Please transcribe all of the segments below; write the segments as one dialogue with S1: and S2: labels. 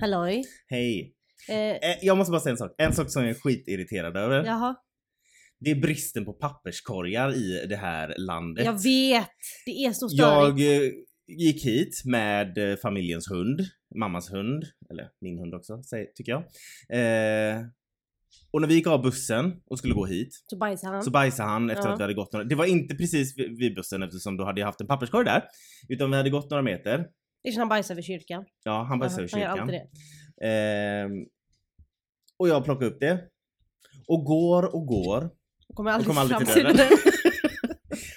S1: Halloj.
S2: Hej!
S1: Eh,
S2: Eh, Jag måste bara säga en sak. En sak som jag är skitirriterad över.
S1: jaha.
S2: Det är bristen på papperskorgar i det här landet.
S1: Jag vet. Det är så störigt.
S2: Jag eh, gick hit med eh, familjens hund, mammas hund, eller min hund också säg- tycker jag. Eh, och när vi gick av bussen och skulle gå hit
S1: Så bajsar han.
S2: så bajsade han efter
S1: Ja.
S2: att vi hade gått några, det var inte precis vid vid bussen eftersom då hade jag haft en papperskorg där. Utan vi hade gått några meter.
S1: Det är som han bajsar vid kyrkan.
S2: Ja, han bajsade
S1: Jaha,
S2: över
S1: han gör
S2: kyrkan.
S1: alltid det.
S2: Ehm, och jag plockar upp det. Och går och går.
S1: Och kommer aldrig,
S2: kommer aldrig
S1: fram
S2: till
S1: till
S2: dörren.
S1: dörren.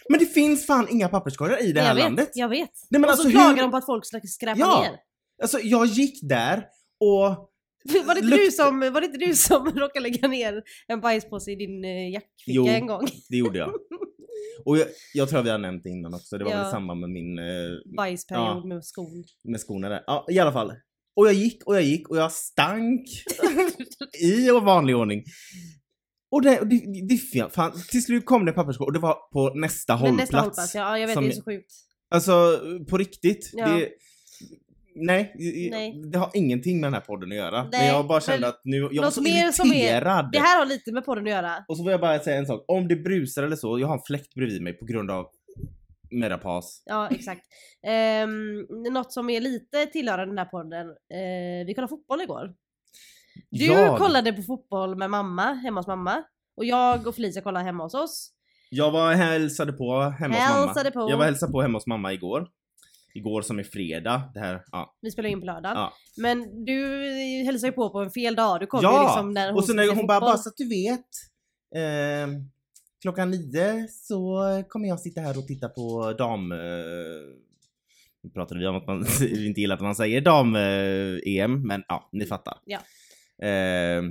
S2: Men det finns fan inga papperskorgar i det här
S1: jag
S2: landet.
S1: Vet, jag vet.
S2: Nej, men
S1: och
S2: alltså,
S1: så klagar
S2: hur-
S1: de på att folk ska skräpa
S2: Ja.
S1: ner.
S2: Alltså jag gick där och
S1: Var det, inte du
S2: Lukt-
S1: som, var det inte du som råkade lägga ner en bajspåse i din eh, jackficka
S2: Jo.
S1: en gång?
S2: det gjorde jag. Och jag, jag tror vi har nämnt det innan också, det var
S1: Ja.
S2: väl i samband med min, eh,
S1: Bajsperiod
S2: Ja.
S1: med skon.
S2: med skorna där. Ja, i alla fall. Och jag gick och jag gick och jag stank i vanlig ordning. Och det, det, det fan, till slut kom det en papperskorg och det var på nästa
S1: Men
S2: hållplats.
S1: nästa hållplats, ja, jag vet
S2: Som-
S1: det är så sjukt.
S2: Alltså på riktigt.
S1: Ja.
S2: Det, nej, i- i-
S1: Nej.
S2: det har ingenting med den här podden att göra. men
S1: Nej,
S2: jag bara kände
S1: men
S2: att nu, jag var
S1: något
S2: så
S1: mer som är-
S2: irriterad.
S1: Det här har lite med podden att göra.
S2: Och så får jag bara säga en sak. Om det brusar eller så, jag har en fläkt bredvid mig på grund av merapas.
S1: Ja, exakt. Um, något som är lite tillhörande den här podden. eh, vi kollade fotboll igår. Du
S2: jag,
S1: kollade på fotboll med mamma, hemma hos mamma. Och jag och Felicia kollade hemma hos oss.
S2: jag var hälsade på hemma hos mamma.
S1: Hälsade på.
S2: Jag var hälsade på hemma hos mamma igår. Igår som är fredag. Det här, ja.
S1: Vi spelade in på lördagen.
S2: Ja.
S1: Men du hälsade ju på på en fel dag. Du kom
S2: Ja,
S1: ju liksom när hon
S2: Och så
S1: skulle
S2: när
S1: se
S2: hon bara,
S1: fotboll.
S2: bara så att du vet. ehm, klockan nio så kommer jag sitta här och titta på dam... Eh, nu pratade vi om att man inte gillar att man säger dam-EM, men ja, ni fattar.
S1: Ja.
S2: Ehm,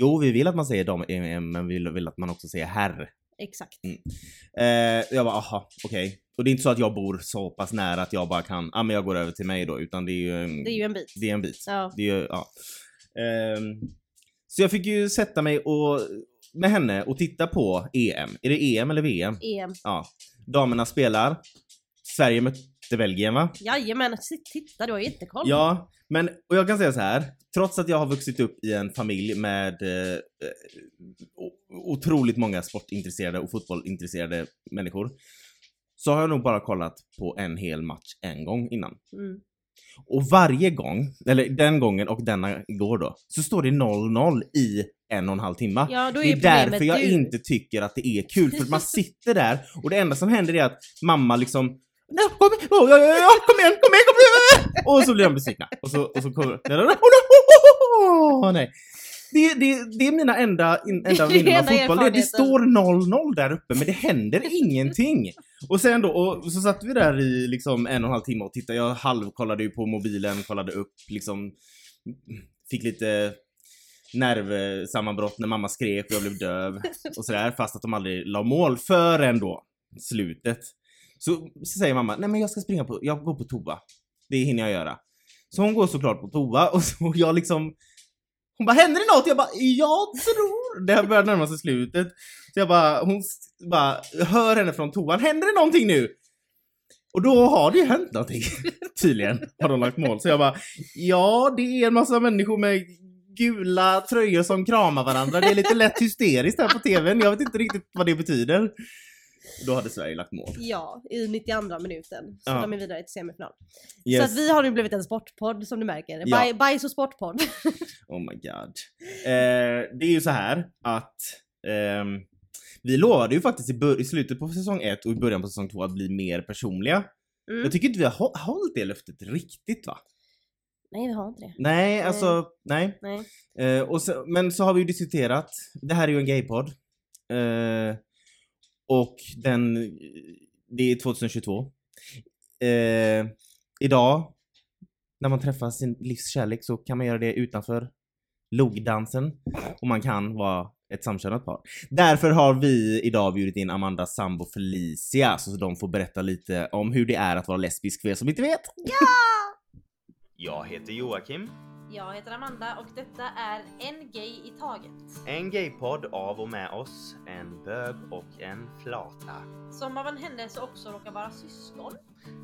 S2: jo, vi vill att man säger dam-EM, men vi vill, vill att man också säger herr.
S1: Exakt.
S2: Eh, jag bara, aha, okej. Och det är inte så att jag bor så pass nära att jag bara kan, ja ah, men jag går över till mig då, utan det är ju, en-
S1: Det är ju en bit.
S2: det är en bit.
S1: Ja.
S2: Det är, ju- ja. Ehm, så jag fick ju sätta mig och, med henne och titta på EM. Är det EM eller VM?
S1: EM.
S2: Ja. Damerna spelar. Sverige mötte Belgien va?
S1: Jajamän, se- titta du har ju jättekoll.
S2: Ja, men och jag kan säga så här. Trots att jag har vuxit upp i en familj med eh, eh, o- otroligt många sportintresserade och fotbollintresserade människor. Så har jag nog bara kollat på en hel match en gång innan.
S1: Mm.
S2: Och varje gång, eller den gången och denna igår då, så står det 0-0 i en och en halv timme.
S1: ja då är
S2: det är
S1: ju problemet
S2: därför jag
S1: du.
S2: inte tycker att det är kul, för att man sitter där och det enda som händer är att mamma liksom "Nej, kom, igen, oh, ja, ja, ja, kom igen, kom igen, kom igen! Och så blir de besvikna. Och så, och så kommer oh, nej, oh, oh, oh, oh, nej. Det, det, det är mina enda, in- enda
S1: Det är
S2: minnen av
S1: enda
S2: fotboll. Det, det
S1: erfarenheten.
S2: står 0-0 där uppe men det händer ingenting. Och sen då, och så satt vi där i liksom en och en halv timme och tittade. Jag halvkollade ju på mobilen, kollade upp liksom. Fick lite nervsammanbrott när mamma skrek och jag blev döv och sådär. Fast att de aldrig la mål förrän då slutet. Så, så säger mamma, nej men jag ska springa på, jag går på toa. Det hinner jag göra. Så hon går såklart på toa och, så, och jag liksom hon bara, händer det något? Jag bara, jag tror... Det här börjar närma sig slutet. Så jag bara, hon s- bara, hör henne från toan, händer det någonting nu? Och då har det ju hänt någonting. Tydligen har de lagt mål. Så jag bara, ja det är en massa människor med gula tröjor som kramar varandra. Det är lite lätt hysteriskt här på tvn. Jag vet inte riktigt vad det betyder. Då hade Sverige lagt mål.
S1: Ja, i 92 minuten. Så
S2: Ja.
S1: de är vidare till semifinal.
S2: Yes.
S1: Så att vi har nu blivit en sportpodd som du märker.
S2: Ja.
S1: Baj, bajs och sportpodd.
S2: Oh my god. Eh, det är ju så här att ehm, vi lovade ju faktiskt i, bör- i slutet på säsong 1 och i början på säsong 2 att bli mer personliga.
S1: Mm.
S2: Jag tycker inte vi har hå- hållit det löftet riktigt va?
S1: Nej vi har inte det.
S2: Nej, alltså nej.
S1: Nej.
S2: Eh, och så, men så har vi ju diskuterat, det här är ju en gaypodd. Eh, och den, det är 2022. Eh, idag, när man träffar sin livskärlek så kan man göra det utanför logdansen. Och man kan vara ett samkönat par. Därför har vi idag bjudit in Amanda sambo Felicia så de får berätta lite om hur det är att vara lesbisk för er som inte vet. Jag heter Joakim.
S1: Jag heter Amanda och detta är En Gay i Taget.
S2: En gaypodd av och med oss, en bög och en flata.
S1: Som av en händelse också råkar vara syskon.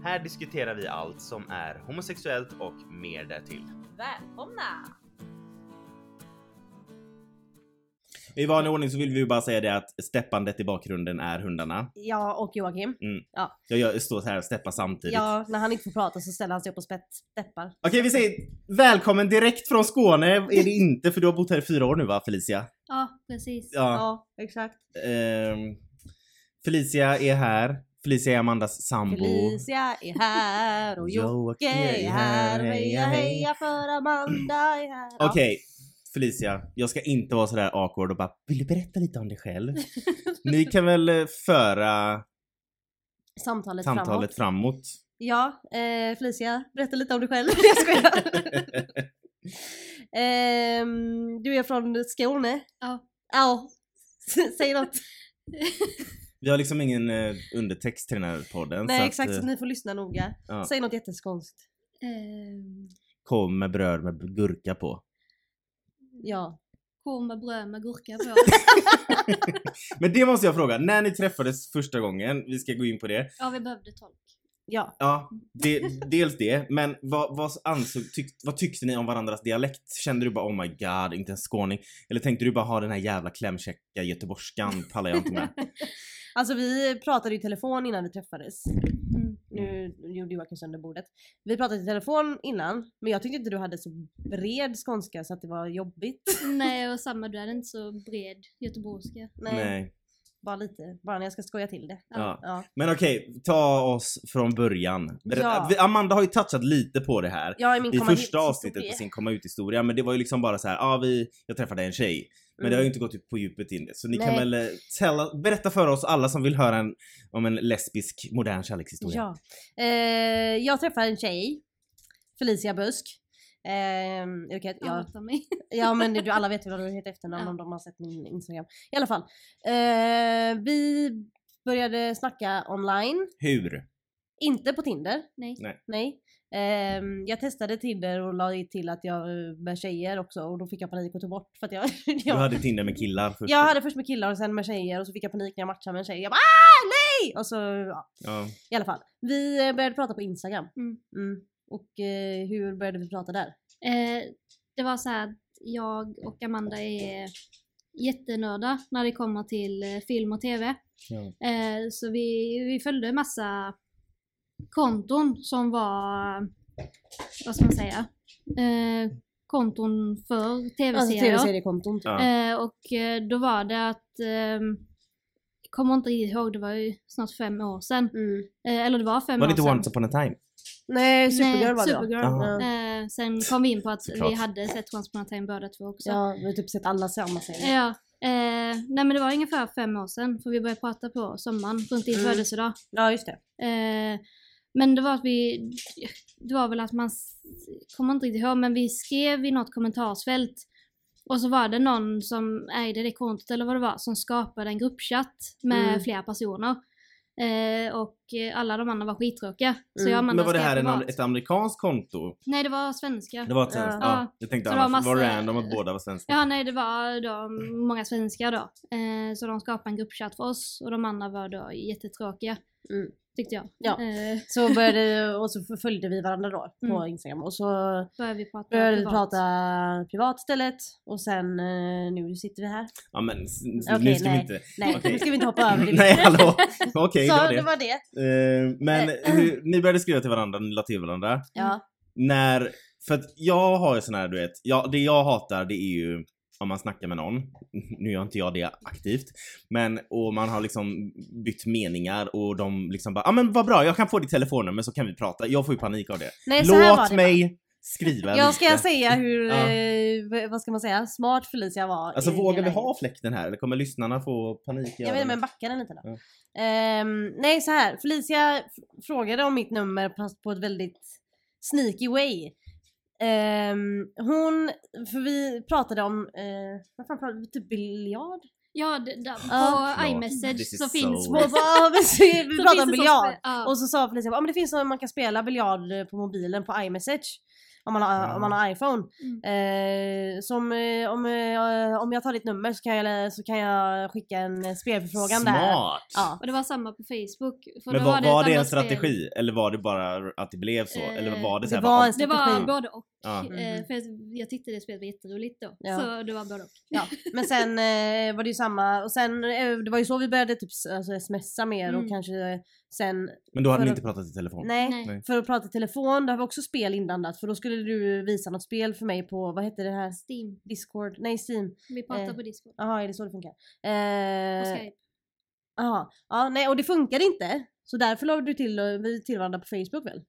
S2: Här diskuterar vi allt som är homosexuellt och mer därtill.
S3: välkomna!
S2: I vanlig ordning så vill vi ju bara säga det att steppandet i bakgrunden är hundarna.
S1: Ja, och Joakim.
S2: Jag gör, står så här och steppar samtidigt.
S1: Ja, när han inte får prata så ställer han sig upp och spett, steppar.
S2: Okej, vi säger välkommen direkt från Skåne är det inte för du har bott här i fyra år nu va Felicia?
S3: Ja, precis.
S2: Ja.
S1: Ja, exakt.
S2: ehm, Felicia är här. Felicia är Amandas sambo.
S1: Felicia är här och Jocke
S2: Joakim
S1: är här. Heja heja för Amanda är här. Ja.
S2: Okej, Felicia. Jag ska inte vara sådär awkward och bara vill du berätta lite om dig själv? Ni kan väl eh, föra
S1: Samtalet, framåt.
S2: samtalet framåt.
S1: Ja, eh, Felicia, berätta lite om dig själv. Jag skojar. Ehm, du är från Skåne?
S3: Ja.
S1: Ja. Säg något.
S2: Vi har liksom ingen eh, undertext till den här podden. så
S1: Nej
S2: att,
S1: exakt,
S2: eh,
S1: så ni får lyssna noga.
S2: ja.
S1: Säg något jätteskånskt.
S3: Ehm,
S2: Kom med bröd med gurka på.
S1: Ja.
S3: korv med bröd med gurka på.
S2: Men det måste jag fråga, när ni träffades första gången, vi ska gå in på det.
S3: ja, vi behövde tolk.
S1: Ja.
S2: Ja, det, dels det, men vad, vad, ansåg, tyck, vad tyckte ni om varandras dialekt? Kände du bara oh my god, inte en skåning? Eller tänkte du bara ha den här jävla klämkäcka göteborgskan, pallar jag inte med.
S1: Alltså vi pratade i telefon innan vi träffades.
S3: Mm.
S1: Nu gjorde Joakim sönder bordet. Vi pratade i telefon innan, men jag tyckte inte du hade så bred skånska så att det var jobbigt.
S3: Nej, och samma, du hade inte så bred göteborgska.
S1: Nej, bara lite. Bara när jag ska skoja till det.
S2: Ja.
S1: Ja.
S2: Men okej, ta oss från början. Berätta-
S1: Ja.
S2: vi- Amanda har ju touchat lite på det här.
S1: Jag är min
S2: I
S1: komma
S2: första
S1: hit-
S2: avsnittet på sin komma ut-historia, men det var ju liksom bara så här, ah, vi, jag träffade en tjej.
S1: Mm.
S2: Men det har ju inte gått ut på djupet in det. Så ni kan
S1: Nej.
S2: väl eh, tella, berätta för oss alla som vill höra en, om en lesbisk modern kärlekshistoria.
S1: Ja. Eh, jag träffade en tjej, Felicia Busk. Eh, är det okej att
S3: Jag
S1: jag,
S3: hatar mig.
S1: ja men du, alla vet ju vad du heter i efternamn
S3: Ja.
S1: om de har sett min Instagram. I alla fall. Eh, vi började snacka online,
S2: Hur?
S1: inte på Tinder.
S3: Nej.
S1: Nej. Ehm, jag testade Tinder och la i till att jag eh, med tjejer också och då fick jag panik och tog bort för att jag...
S2: Du
S1: jag,
S2: hade Tinder med killar först.
S1: jag hade först med killar och sen med tjejer och så fick jag panik när jag matchade med en tjej. Jag bara ah, nej! Och så ja,
S2: Ja.
S1: i alla fall. Vi eh, började prata på Instagram.
S3: Mm.
S1: Mm. Och eh, hur började vi prata där?
S3: Eh, det var så här att jag och Amanda är jättenörda när det kommer till eh, film och TV.
S2: Ja.
S3: Eh, så vi, vi följde massa konton som var, vad ska man säga, eh, konton för
S1: Alltså
S3: tv-serier.
S1: tv-seriekonton typ.
S2: Ja.
S3: eh, och eh, då var det att, ehm, jag kommer inte ihåg, det var ju snart fem år sedan.
S1: Mm.
S3: Eh, eller det var fem
S2: Var
S3: år
S2: det inte
S3: sedan.
S2: once upon a time?
S1: Nej, Supergirl
S3: Nej,
S1: var det då.
S3: Supergirl.
S2: Jaha.
S1: Ja.
S3: Eh, sen kom vi in på att
S2: Såklart.
S3: vi hade sett Once upon a time båda två också.
S1: Ja, vi har typ sett alla samma serier.
S3: Ja, eh, nej men det var ungefär fem år sedan för vi började prata på sommaren runt din
S1: Mm.
S3: födelsedag.
S1: Ja, just det.
S3: Eh, men det var att vi, det var väl att man, s- kommer inte riktigt ihåg, men vi skrev i något kommentarsfält och så var det någon som ägde det kontot eller vad det var som skapade en gruppchatt med
S1: Mm.
S3: flera personer. Eh, och eh, alla de andra var skittråkiga. Så jag och Amanda
S2: Mm. Men var det
S3: skrev
S2: här en,
S3: privat.
S2: ett amerikanskt konto?
S3: Nej det var svenska.
S2: Det var ett svenskt?
S1: Ja.
S2: Ja. Jag tänkte
S3: Så det
S2: annars,
S3: var
S2: det var
S3: massa-
S2: random att båda var svenska.
S3: Ja, nej det var då många svenskar då. Eh, så de skapade en gruppchatt för oss och de andra var då jättetråkiga.
S1: Mm.
S3: Tyckte jag.
S1: Ja.
S3: Eh,
S1: Så började, och så följde vi varandra då på
S3: Mm.
S1: Instagram och så
S3: började vi prata
S1: började vi
S3: privat.
S1: prata privat istället och sen eh, nu sitter vi här.
S2: Ja men s- s-
S1: Okej,
S2: nu ska
S1: nej.
S2: vi inte...
S1: Nej,
S2: Okej.
S1: nu ska vi inte hoppa över det.
S2: Nej hallå! Okej,
S1: Så
S2: det
S1: det
S2: var det.
S1: var det.
S2: Eh, men hur, ni började skriva till varandra, ni la till varandra.
S1: Ja.
S2: När... För att jag har ju sån här du vet, jag, det jag hatar det är ju om man snackar med någon, nu gör inte jag det aktivt, men och man har liksom bytt meningar och de liksom bara ah, men vad bra jag kan få ditt telefonnummer så kan vi prata, jag får ju panik av det.
S1: Nej, så här var
S2: Låt
S1: det.
S2: mig skriva
S1: Jag
S2: lite.
S1: ska säga hur,
S2: Ja.
S1: eh, v- vad ska man säga, smart Felicia var.
S2: Alltså
S1: i det
S2: vågar vi
S1: läget.
S2: ha fläkten här eller kommer lyssnarna få panik? i
S1: Jag vet inte,
S2: öronen?
S1: men backa den lite då.
S2: Ja.
S1: Ehm, nej så här, Felicia f- frågade om mitt nummer fast på ett väldigt sneaky way. Ehm, hon, för vi pratade om, eh, vad fan pratade vi, typ biljard?
S3: Ja, d- där,
S1: Ja.
S3: på
S2: Klart.
S3: iMessage
S2: This is
S3: så
S2: so
S3: finns
S2: weird.
S1: Och så, ja, vi, vi
S3: så
S1: pratade om
S3: finns det
S1: biljard.
S3: sånt- ja.
S1: Och så sa Felicia, ja men det finns så man kan spela biljard eh, på mobilen på iMessage. om man har,
S2: Ja.
S1: om man har iPhone.
S3: Mm.
S1: Eh, som eh, om, eh, om jag tar ditt nummer så kan jag, så kan jag skicka en eh, spelförfrågan där.
S2: Smart!
S1: Ja.
S3: Och det var samma på Facebook. För
S2: Men
S3: då
S2: var,
S3: ett
S2: var det en
S3: annat spel.
S2: strategi eller var det bara att det blev så?
S3: Eh,
S2: eller var det så
S1: Det
S2: här,
S1: var en
S3: Det var
S1: strategi.
S3: både och.
S2: Ja.
S1: Mhm.
S3: Eh, för jag- jag tyckte det spelet var jätteroligt då.
S1: Ja.
S3: Så det var både och.
S1: Ja, men sen eh, var det ju samma och sen eh, det var ju så vi började typ s- alltså, smsa mer och
S3: Mm.
S1: kanske eh, sen
S2: men då hade ni
S1: för-
S2: inte pratat i telefon?
S1: nej,
S3: Nej.
S2: Nej.
S1: för att prata i telefon där var också spel inblandat för då skulle du visa något spel för mig på vad hette det här
S3: Steam.
S1: Discord? Nej Steam.
S3: Vi pratade
S1: Eh,
S3: på Discord.
S1: Jaha, är det så det funkar?
S3: På
S1: Eh,
S3: Skype.
S1: aha. Ja, nej och det funkade inte så därför la du till, eh, vi till varandra på Facebook väl?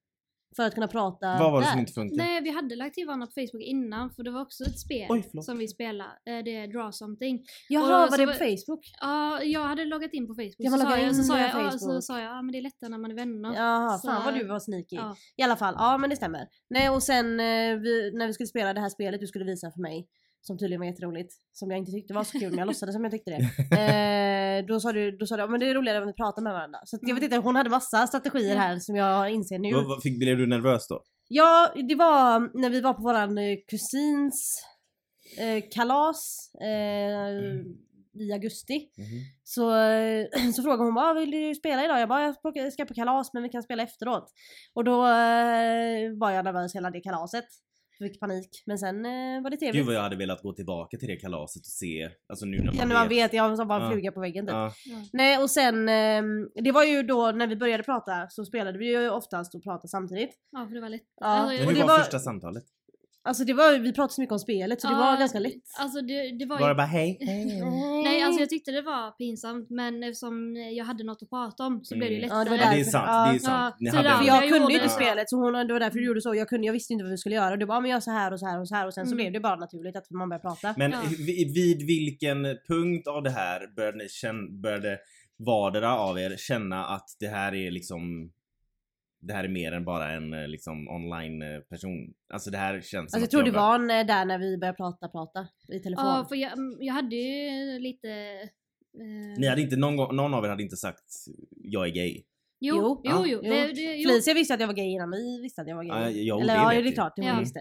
S1: För att kunna prata
S2: Vad var det
S1: där.
S2: som inte funkade?
S3: Nej, vi hade lagt till varandra på Facebook innan för det var också ett spel
S2: Oj, förlåt.
S3: som vi spelade. Eh, Det är Draw Something.
S1: Jaha,
S3: Och
S1: var
S3: så
S1: det på
S3: var-
S1: Facebook?
S3: Ja, jag hade loggat in på Facebook.
S1: Ja,
S3: så,
S1: man
S3: sa
S1: loggar
S3: jag, så,
S1: in
S3: sa
S1: via
S3: jag, ja,
S1: Facebook.
S3: så sa jag, ja men det är lättare när man är vänner.
S1: Jaha,
S3: Så-
S1: fan vad du var sneaky.
S3: Ja.
S1: I alla fall, ja men det stämmer. Nej och sen eh, vi, när vi skulle spela det här spelet du skulle visa för mig, som tydligen var jätteroligt, som jag inte tyckte var så kul men jag låtsades som jag tyckte det. Eh, då sa du, då sa du, "Ja, men det är roligare om vi pratar med varandra. Så att, jag vet inte, hon hade massa strategier här som jag inser nu.
S2: Vad- vad- fick, blev du nervös då?
S1: Ja, det var mm, när vi var på våran eh, kusins eh, kalas eh, i augusti. Så, eh, så frågade hon bara, vill du spela idag? Jag bara, jag ska- ska på kalas men vi kan spela efteråt. Och då eh, var jag nervös hela det kalaset. Fick panik. Men sen eh, var det
S2: Gud
S1: trevligt.
S2: vad jag hade velat gå tillbaka till det kalaset och se, alltså nu när man
S1: Ja, när
S2: vet.
S1: man vet, jag var bara en
S2: Ja.
S1: fluga på väggen typ.
S2: Ja.
S1: Nej och sen, ehm, det var ju då när vi började prata så spelade vi ju oftast och pratade samtidigt.
S3: Ja, för det var lätt.
S1: Ja.
S3: Alltså,
S2: Men
S1: Och
S2: hur
S1: det
S2: var,
S1: var-
S2: första samtalet?
S1: Alltså det var, vi pratade så mycket om spelet så det
S3: ja,
S1: var ganska lätt.
S3: Alltså det, det var
S2: Var det
S3: ju...
S2: bara hej? hej?
S3: Nej,
S1: Mm.
S3: alltså jag tyckte det var pinsamt men eftersom jag hade något att prata om så blev det ju
S2: Mm.
S3: lättare.
S1: Ja, det var
S2: Ja, det är
S1: därför.
S2: sant,
S1: Ja.
S2: det är sant.
S3: Ja,
S2: Ni
S3: så
S2: hade
S3: där-
S1: För
S2: en-
S3: Ja,
S1: jag
S3: jag
S1: kunde
S3: gjorde
S1: ju inte
S2: det.
S1: spelet så hon, det var därför du gjorde så. Jag, kunde, jag visste inte vad vi skulle göra. Du bara, "Ah, men jag gör så här och så här och så här och sen så
S3: Mm.
S1: blev det bara naturligt att man började prata.
S2: Men
S3: Ja.
S2: vid, vid vilken punkt av det här började ni känna, började vardera av er känna att det här är liksom det här är mer än bara en eh, liksom online eh, person. Alltså det här känns som
S1: Alltså jag
S2: att
S1: tror det
S2: jag bör-
S1: var en, eh, där när vi började prata, prata i telefon.
S3: Ja, för jag, mm, jag hade ju lite... eh,
S2: Ni hade inte någon gång, någon av er hade inte sagt jag är gay.
S3: Jo,
S1: Jo.
S3: jo, jo.
S2: Ja.
S3: Det, det, jo.
S1: Felicia visste att jag var gay innan vi visste att jag var gay.
S2: Ja, ja,
S1: Eller
S2: det
S1: ja,
S2: vet
S1: det är
S2: vi.
S1: klart det hon
S3: Ja.
S1: visste.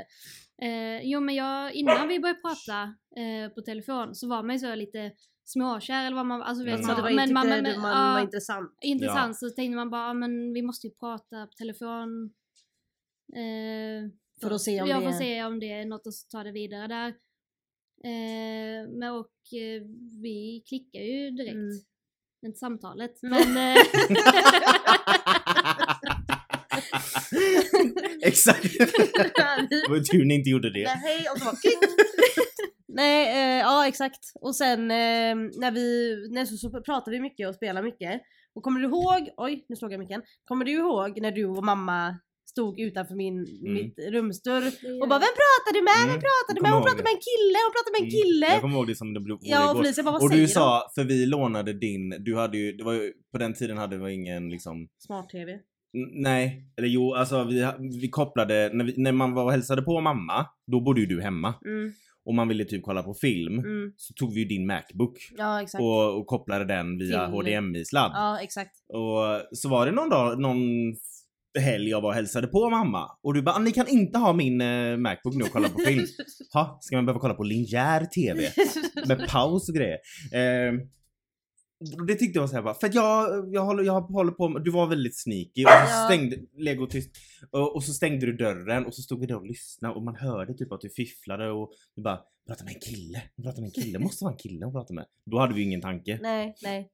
S3: Eh, jo men jag, innan vi började prata eh, på telefon så var man ju så lite småkär eller vad man alltså, vet
S2: Mm.
S1: Så
S3: man,
S1: det var
S3: men
S1: inte
S3: man,
S1: man,
S3: men,
S1: man,
S3: ja,
S1: var intressant.
S3: intressant så tänkte man bara "Ah, men vi måste ju prata på telefon. Eh,
S1: För att se om
S3: jag
S1: det
S3: får
S1: är-
S3: se om det är något och så ta det vidare där. Eh, men och eh, vi klickar ju direkt.
S1: Mm.
S3: Inte samtalet
S1: Mm.
S3: men eh,
S2: Exakt! Det var ju tur ni inte gjorde
S1: Nej,
S2: det.
S1: hej och så bara kling. Nej, eh, ja exakt. Och sen eh, när vi, när så, så pratade vi mycket och spelade mycket. Och kommer du ihåg, oj nu slog jag micken. Kommer du ihåg när du och mamma stod utanför min, mitt rumsdörr och bara vem pratar du med?
S2: Mm,
S1: Vem pratar
S2: jag
S1: du med? Hon
S2: kommer
S1: pratar med en kille, hon pratar med en
S2: Mm,
S1: kille.
S2: Jag kommer ihåg det som det blev
S1: Ja och
S2: igår.
S1: Felicia bara vad
S2: Och
S1: säger
S2: du
S1: de?
S2: sa, för vi lånade din, du hade ju, det var ju, på den tiden hade vi ingen liksom
S1: Smart-tv.
S2: N- Nej, eller jo, alltså vi, ha- vi kopplade, när, vi, när man var och hälsade på mamma, då bodde ju du hemma.
S1: Mm,
S2: Och man ville typ kolla på film,
S1: mm.
S2: så tog vi ju din Macbook
S1: Ja exakt.
S2: och, och kopplade den via
S1: Till-
S2: HDMI-sladd.
S1: Ja exakt.
S2: Och så var det någon dag, någon helg jag var och hälsade på mamma och du bara "Ah, ni kan inte ha min eh, Macbook nu och kolla på film. Ha, ska man behöva kolla på linjär TV? med paus och grejer. Eh, och det tyckte jag var såhär bara, för att jag, jag, håller, jag håller på med, du var väldigt sneaky och du
S1: Ja.
S2: stängde, lego tyst, och, och så stängde du dörren och så stod vi där och lyssnade och man hörde typ att du fifflade och du bara prata med en kille, hon pratar med en kille, måste vara en kille hon pratar med. Då hade vi ju ingen tanke.
S1: nej, nej.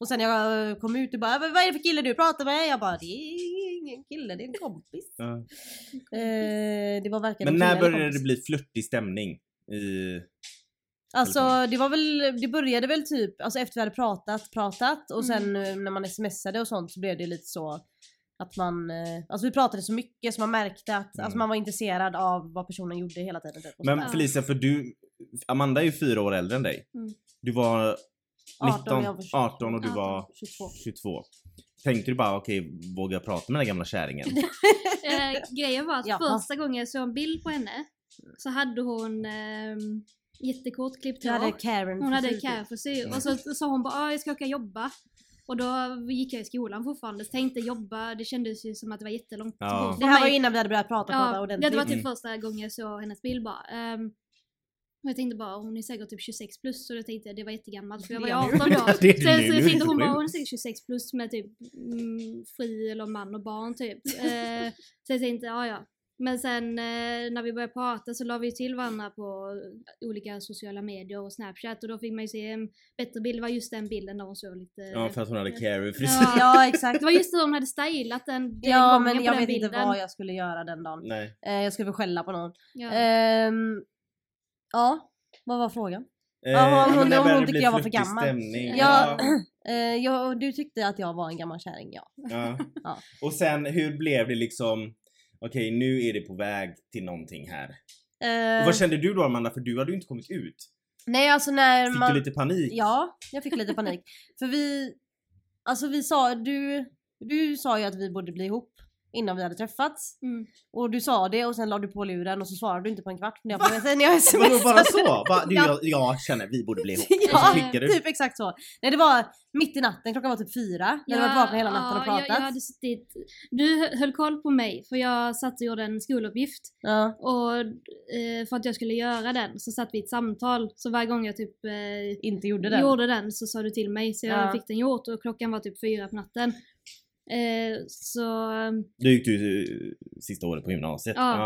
S1: Och sen jag eh, kom ut och bara, vad vad är det för kille du pratar med? Jag bara, det är ingen kille, det är en kompis.
S2: Ja.
S1: Eh, det var varken
S2: Men
S1: en
S2: när
S1: kille eller
S2: började
S1: kompis.
S2: det bli flörtig stämning? I,
S1: Alltså det var väl, det började väl typ, alltså efter vi hade pratat, pratat och
S3: Mm.
S1: sen eh, när man smsade och sånt så blev det lite så att man, eh, alltså vi pratade så mycket så man märkte att,
S2: Mm.
S1: alltså man var intresserad av vad personen gjorde hela tiden. Typ, och
S2: men
S1: sådär.
S2: Felicia, för du, Amanda är ju fyra år äldre än dig.
S3: Mm.
S2: Du var
S1: 18,
S2: 19,
S1: jag var 22.
S2: 18 och du var
S1: 22.
S2: 22. Tänkte du bara okej, vågar jag prata med den här gamla kärringen?
S3: eh, grejen var att
S1: Ja.
S3: första gången jag såg en bild på henne så hade hon eh, jättekort klippt
S1: Du hade
S3: hår.
S1: Karen typ.
S3: Hon hade
S1: frisyr.
S3: carefrisyr och så sa hon bara "Ah, jag ska åka och jobba. Och då gick jag i skolan fortfarande, så tänkte jobba, det kändes ju som att det var jättelångt
S2: Ja.
S3: att gå för
S1: Det här var
S3: mig.
S1: ju innan vi hade börjat prata, prata
S3: Ja,
S1: ordentligt.
S3: det var typ
S2: Mm.
S3: första gången jag såg hennes bild bara. Ehm, och jag tänkte bara, hon är säkert typ 26 plus, så jag tänkte jag, det var jättegammalt för jag var ju
S1: Ja.
S3: 18 då.
S2: Ja, det är du
S3: Sen
S2: nu,
S3: så
S2: du
S3: jag
S2: är
S3: tänkte
S2: inte
S3: hon bara,
S2: sjuk.
S3: hon är säkert 26 plus med typ mm, fri eller man och barn typ. Eh, så jag tänkte, ja ja. Men sen eh, när vi började prata så la vi till varandra på olika sociala medier och snapchat och då fick man ju se en bättre bild, det var just den bilden där hon såg lite...
S2: Ja, för att hon hade Carrie-frisyr.
S3: Ja.
S1: Mm. Ja, exakt.
S3: typ- Det var just då hon hade stylat den, den
S1: Ja,
S3: gången
S1: men
S3: på
S1: jag
S3: den
S1: vet
S3: bilden.
S1: inte vad jag skulle göra den dagen.
S2: Nej.
S1: Eh, jag skulle väl skälla på någon.
S3: Ja.
S1: Ehm, ja, vad var frågan?
S2: Eh,
S1: om hon-
S2: men det
S1: om hon
S2: började
S1: tyckte
S2: bli
S1: jag var för
S2: fluffig
S1: gammal.
S2: Stämning.
S1: Ja. Eh, jag, och du tyckte att jag var en gammal kärring, ja.
S2: Ja.
S1: Ja.
S2: Och sen hur blev det liksom, okej nu är det på väg till någonting här. Och
S1: Eh,
S2: vad kände du då Amanda? För du hade ju inte kommit ut.
S1: nej, alltså när
S2: Fick
S1: man...
S2: du lite panik?
S1: Ja, jag fick lite panik. För vi, alltså vi sa, du, du sa ju att vi borde bli ihop innan vi hade träffats.
S3: Mm.
S1: Och du sa det och sen la du på luren och så svarade du inte på en kvart när jag, när jag
S2: Vadå
S1: smsade.
S2: bara så? Va? Du,
S1: Ja.
S2: jag, jag känner vi borde bli ihop.
S1: Ja,
S2: och så klickade du.
S1: typ exakt så. Nej det var mitt i natten, klockan var typ fyra. Vi hade varit vakna hela natten och
S3: ja,
S1: pratat.
S3: Jag, jag hade suttit, du hö- höll koll på mig för jag satt och gjorde en skoluppgift
S1: Ja.
S3: och eh, för att jag skulle göra den så satt vi i ett samtal så varje gång jag typ eh,
S1: Inte gjorde det.
S3: gjorde den så sa du till mig så jag
S1: Ja.
S3: fick den gjort och klockan var typ fyra på natten. Eh, så,
S2: Du gick ju eh, sista året på gymnasiet.
S3: Ja.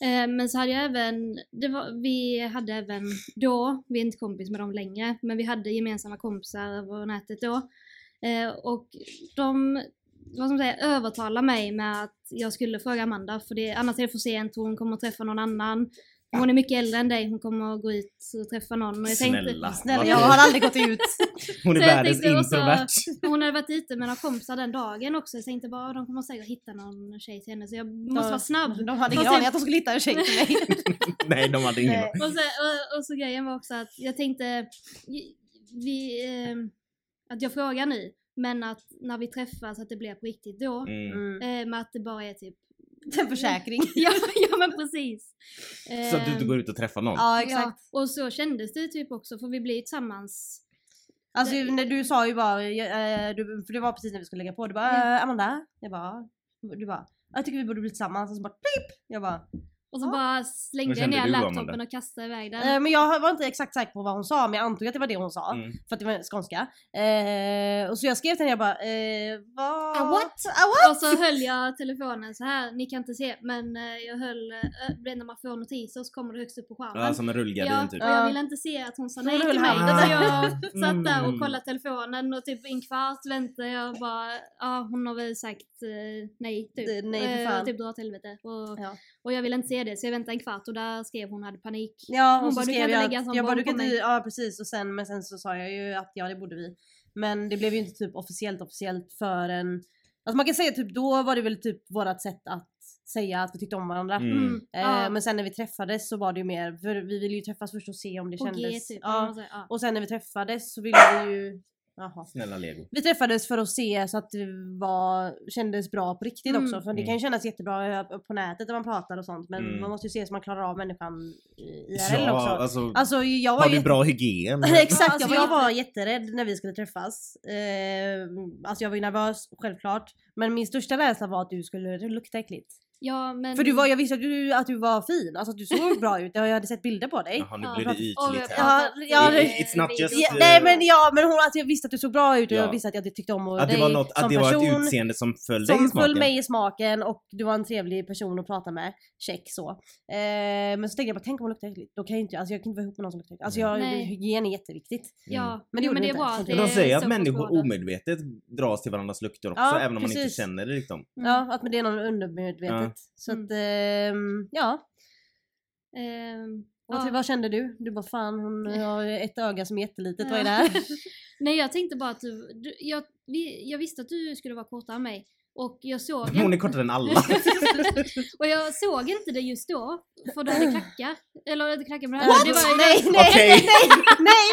S2: Ja.
S3: eh, men så hade jag även, det var, vi hade även då, vi är inte kompis med dem längre, men vi hade gemensamma kompisar över nätet då. Eh, och de vad ska man säga, övertalade mig med att jag skulle fråga Amanda för det, annars är det för sent, hon kommer att träffa någon annan. Hon är mycket äldre än dig, hon kommer att gå ut och träffa någon. Och jag tänkte,
S2: Snälla.
S1: Snälla
S2: Vad
S1: jag
S2: kul.
S1: har aldrig gått ut.
S2: Hon är
S3: Så jag
S2: världens
S3: tänkte också-
S2: introvert.
S3: hon hade varit ute med några kompisar den dagen också, jag tänkte bara de kommer säkert hitta någon tjej till henne så jag måste vara snabb.
S1: De hade ingen
S3: Och sen-
S1: aning att de skulle hitta en tjej till mig.
S2: Nej, de hade ingen.
S1: Nej.
S3: Och så, och, och så grejen var också att jag tänkte vi- vi, ehm, att jag frågar nu, men att när vi träffas att det blir på riktigt då.
S2: Mm.
S1: Mm.
S3: Eh, Men att det bara är typ
S1: En försäkring.
S3: ja, ja men precis.
S2: Så att du inte
S3: Ehm,
S2: går ut och träffar någon.
S1: Ja exakt.
S3: Ja, och så kändes det typ också, för vi blir ju tillsammans.
S1: Alltså ju- när du sa ju bara, eh, du, för det var precis när vi skulle lägga på, du
S3: Mm.
S1: bara eh, Amanda, jag bara, "Ja." du bara jag tycker vi borde bli tillsammans och så bara pip! Jag bara,
S3: Och så
S1: Ja.
S3: bara slängde jag
S2: kände
S3: ner
S2: du,
S3: laptopen
S2: Amanda?
S3: och kastade iväg den.
S1: eh, men jag var inte exakt säker på vad hon sa men jag antog att det var det hon sa
S2: Mm.
S1: för att det var skånska. Eh, och så jag skrev till henne jag bara, eh, vad?
S3: Ah, what?
S1: Ah, what?
S3: Och så höll jag telefonen så här. ni kan inte se men eh, jag höll, eh, ö- när man får notiser så kommer det högst upp på skärmen.
S2: Ja, som en rullgardin
S3: ja,
S2: typ.
S3: och jag ville inte se att hon sa
S1: Så
S3: nej
S1: hon
S3: till
S1: höll
S3: mig.
S1: handen
S3: Så
S1: där.
S3: jag satt där och
S2: Mm.
S3: kollade telefonen och typ i en kvart väntade jag bara, ja hon har väl sagt eh, nej typ.
S1: Det- nej, för
S3: Eh,
S1: fan.
S3: typ dra åt helvete. Och,
S1: Ja.
S3: och jag ville inte se det så jag väntade en kvart och där skrev hon hade panik.
S1: Ja,
S3: Hon
S1: och så
S3: bara, "Du kan
S1: skrev
S3: inte
S1: jag
S3: lägga en
S1: att,
S3: sån
S1: jag bara,
S3: bomb
S1: du kan
S3: på
S1: inte,
S3: mig."
S1: ja precis och sen, men sen så sa jag ju att ja det borde vi. Men det blev ju inte typ officiellt officiellt förrän, alltså man kan säga typ då var det väl typ vårat sätt att säga att vi tyckte om varandra.
S2: Mm.
S1: Eh,
S3: Ja,
S1: Men sen när vi träffades så var det ju mer, för vi ville ju träffas först och se om det
S3: på G
S1: kändes.
S3: typ. eller vad man
S1: ja.
S3: säger, ja.
S1: Och sen när vi träffades så ville vi ju, jaha.
S2: Snälla lego.
S1: Vi träffades för att se så att det var, kändes bra på riktigt
S3: Mm.
S1: också. För det kan ju
S2: Mm.
S1: kännas jättebra på nätet när man pratar och sånt. Men
S2: Mm.
S1: man måste ju se så man klarar av människan i- IRL
S2: Ja,
S1: också.
S2: alltså,
S1: Alltså jag var
S2: har
S1: ju...
S2: vi bra hygien?
S1: Exakt,
S3: Alltså,
S1: jag,
S3: jag-
S1: var, jag var jätterädd när vi skulle träffas. Eh, alltså jag var ju nervös, självklart. Men min största rädsla var att du skulle lukta äckligt.
S3: ja, men...
S1: För du var, jag visste att du, att du var fin, alltså att du såg bra ut. Jag hade sett bilder på dig.
S2: Jaha, nu
S3: Ja.
S2: blir det
S3: Åh, vi har
S2: ytligt här.
S1: Ja,
S3: pratat
S1: ja,
S3: i,
S1: det-
S3: eh,
S2: It's not just,
S3: videos.
S1: Ja,
S2: eh,
S1: nej men ja, men hon, att jag visste att du såg bra ut och jag
S2: Ja.
S1: visste att jag tyckte om
S2: Att
S1: dig
S2: det var något, att
S1: som
S2: det var ett
S1: person.
S2: utseende som föll dig i
S1: Som
S2: smaken?
S1: föll mig i smaken och du var en trevlig person att prata med. Check så. Eh, men så tänkte jag bara, tänk om hon luktar äckligt. Då kan jag ju inte, alltså jag kan inte vara ihop med någon som luktar äckligt. Alltså jag,
S3: Nej.
S1: hygien är jätteviktigt.
S3: Ja,
S1: Men det
S3: jo,
S1: gjorde
S3: men
S1: du
S3: det är
S1: inte.
S3: bra att
S1: Men
S2: Mm. Men
S3: det
S2: de
S3: är
S2: säger
S3: så
S2: att människor
S3: förstående.
S2: omedvetet dras till varandras lukter också,
S1: Ja,
S2: även om man inte
S1: precis.
S2: känner det liksom.
S3: Mm.
S1: Ja, att men det är någon undermedvetet.
S2: Ja.
S1: Så att, ehm, ja.
S3: Ehm,
S1: Vad,
S3: ja.
S1: vad kände du? Du bara fan hon har ett öga som är jättelitet, vad är det här?
S3: Nej jag tänkte bara att du, du jag, vi, jag visste att du skulle vara kortare än mig och jag såg
S2: Hon är kortare än alla.
S3: och jag såg inte det just då för du hade klackar. Eller inte klackar men du
S1: What?
S3: hade, det var
S1: nej, nej,
S2: Okej.
S1: nej,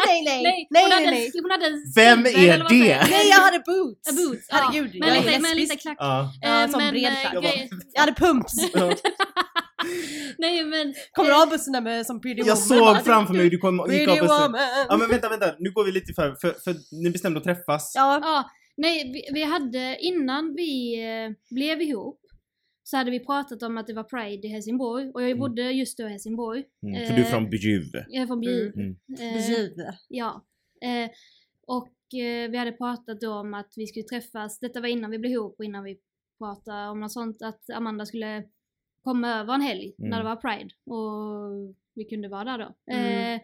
S1: nej, nej,
S3: hon
S1: nej,
S3: hade,
S1: nej.
S3: Hon hade en
S2: Vem
S3: silver,
S2: är
S3: eller vad säger
S2: det?
S3: jag?
S1: Nej jag hade boots!
S3: Ja, Boots, ja.
S1: Herregud,
S3: Men
S1: jag är
S3: lite, men
S1: lesbisk.
S3: lite klack.
S2: Ja.
S1: Ja,
S3: Eh,
S1: som
S3: men,
S1: bred
S3: eh,
S1: klack.
S3: grej-
S1: Jag hade pumps!
S3: Nej men,
S1: Kommer du ha bussen där med som Pretty
S2: Jag
S1: Woman? Bara,
S2: såg framför mig hur du kom, gick
S1: Pretty
S2: av bussen.
S1: Woman!
S2: Ja men vänta, vänta, nu går vi lite för, för, för ni bestämde att träffas.
S1: Ja,
S3: ja, Nej, vi, vi hade innan vi eh, blev ihop så hade vi pratat om att det var Pride i Helsingborg och jag
S2: Mm.
S3: bodde just då i Helsingborg.
S2: Mm, för du är
S3: Eh,
S2: från Bjuv.
S3: Jag är från Bjuv.
S2: Mm.
S3: Eh,
S1: Precis.
S3: Ja. Eh, och eh, vi hade pratat då om att vi skulle träffas, detta var innan vi blev ihop och innan vi pratade om något sånt, att Amanda skulle komma över en helg när det
S2: Mm.
S3: var Pride och vi kunde vara där då.
S1: Mm.
S3: Eh,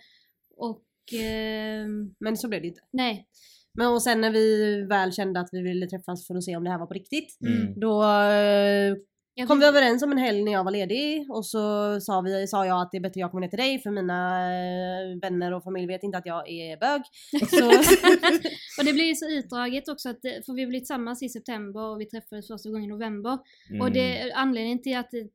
S3: och eh,
S1: Men så blev det inte.
S3: nej.
S1: Men och sen när vi väl kände att vi ville träffas för att se om det här var på riktigt.
S2: Mm.
S1: Då eh,
S3: Jag
S1: kom vi
S3: fick-
S1: överens om en helg när jag var ledig och så sa, vi, sa jag att det är bättre jag kommer ner till dig för mina eh, vänner och familj vet inte att jag är bög. Så,
S3: och det blev ju så utdraget också, att, det- för vi blev tillsammans i september och vi träffades första gången i november.
S2: Mm.
S3: Och det, anledningen till att det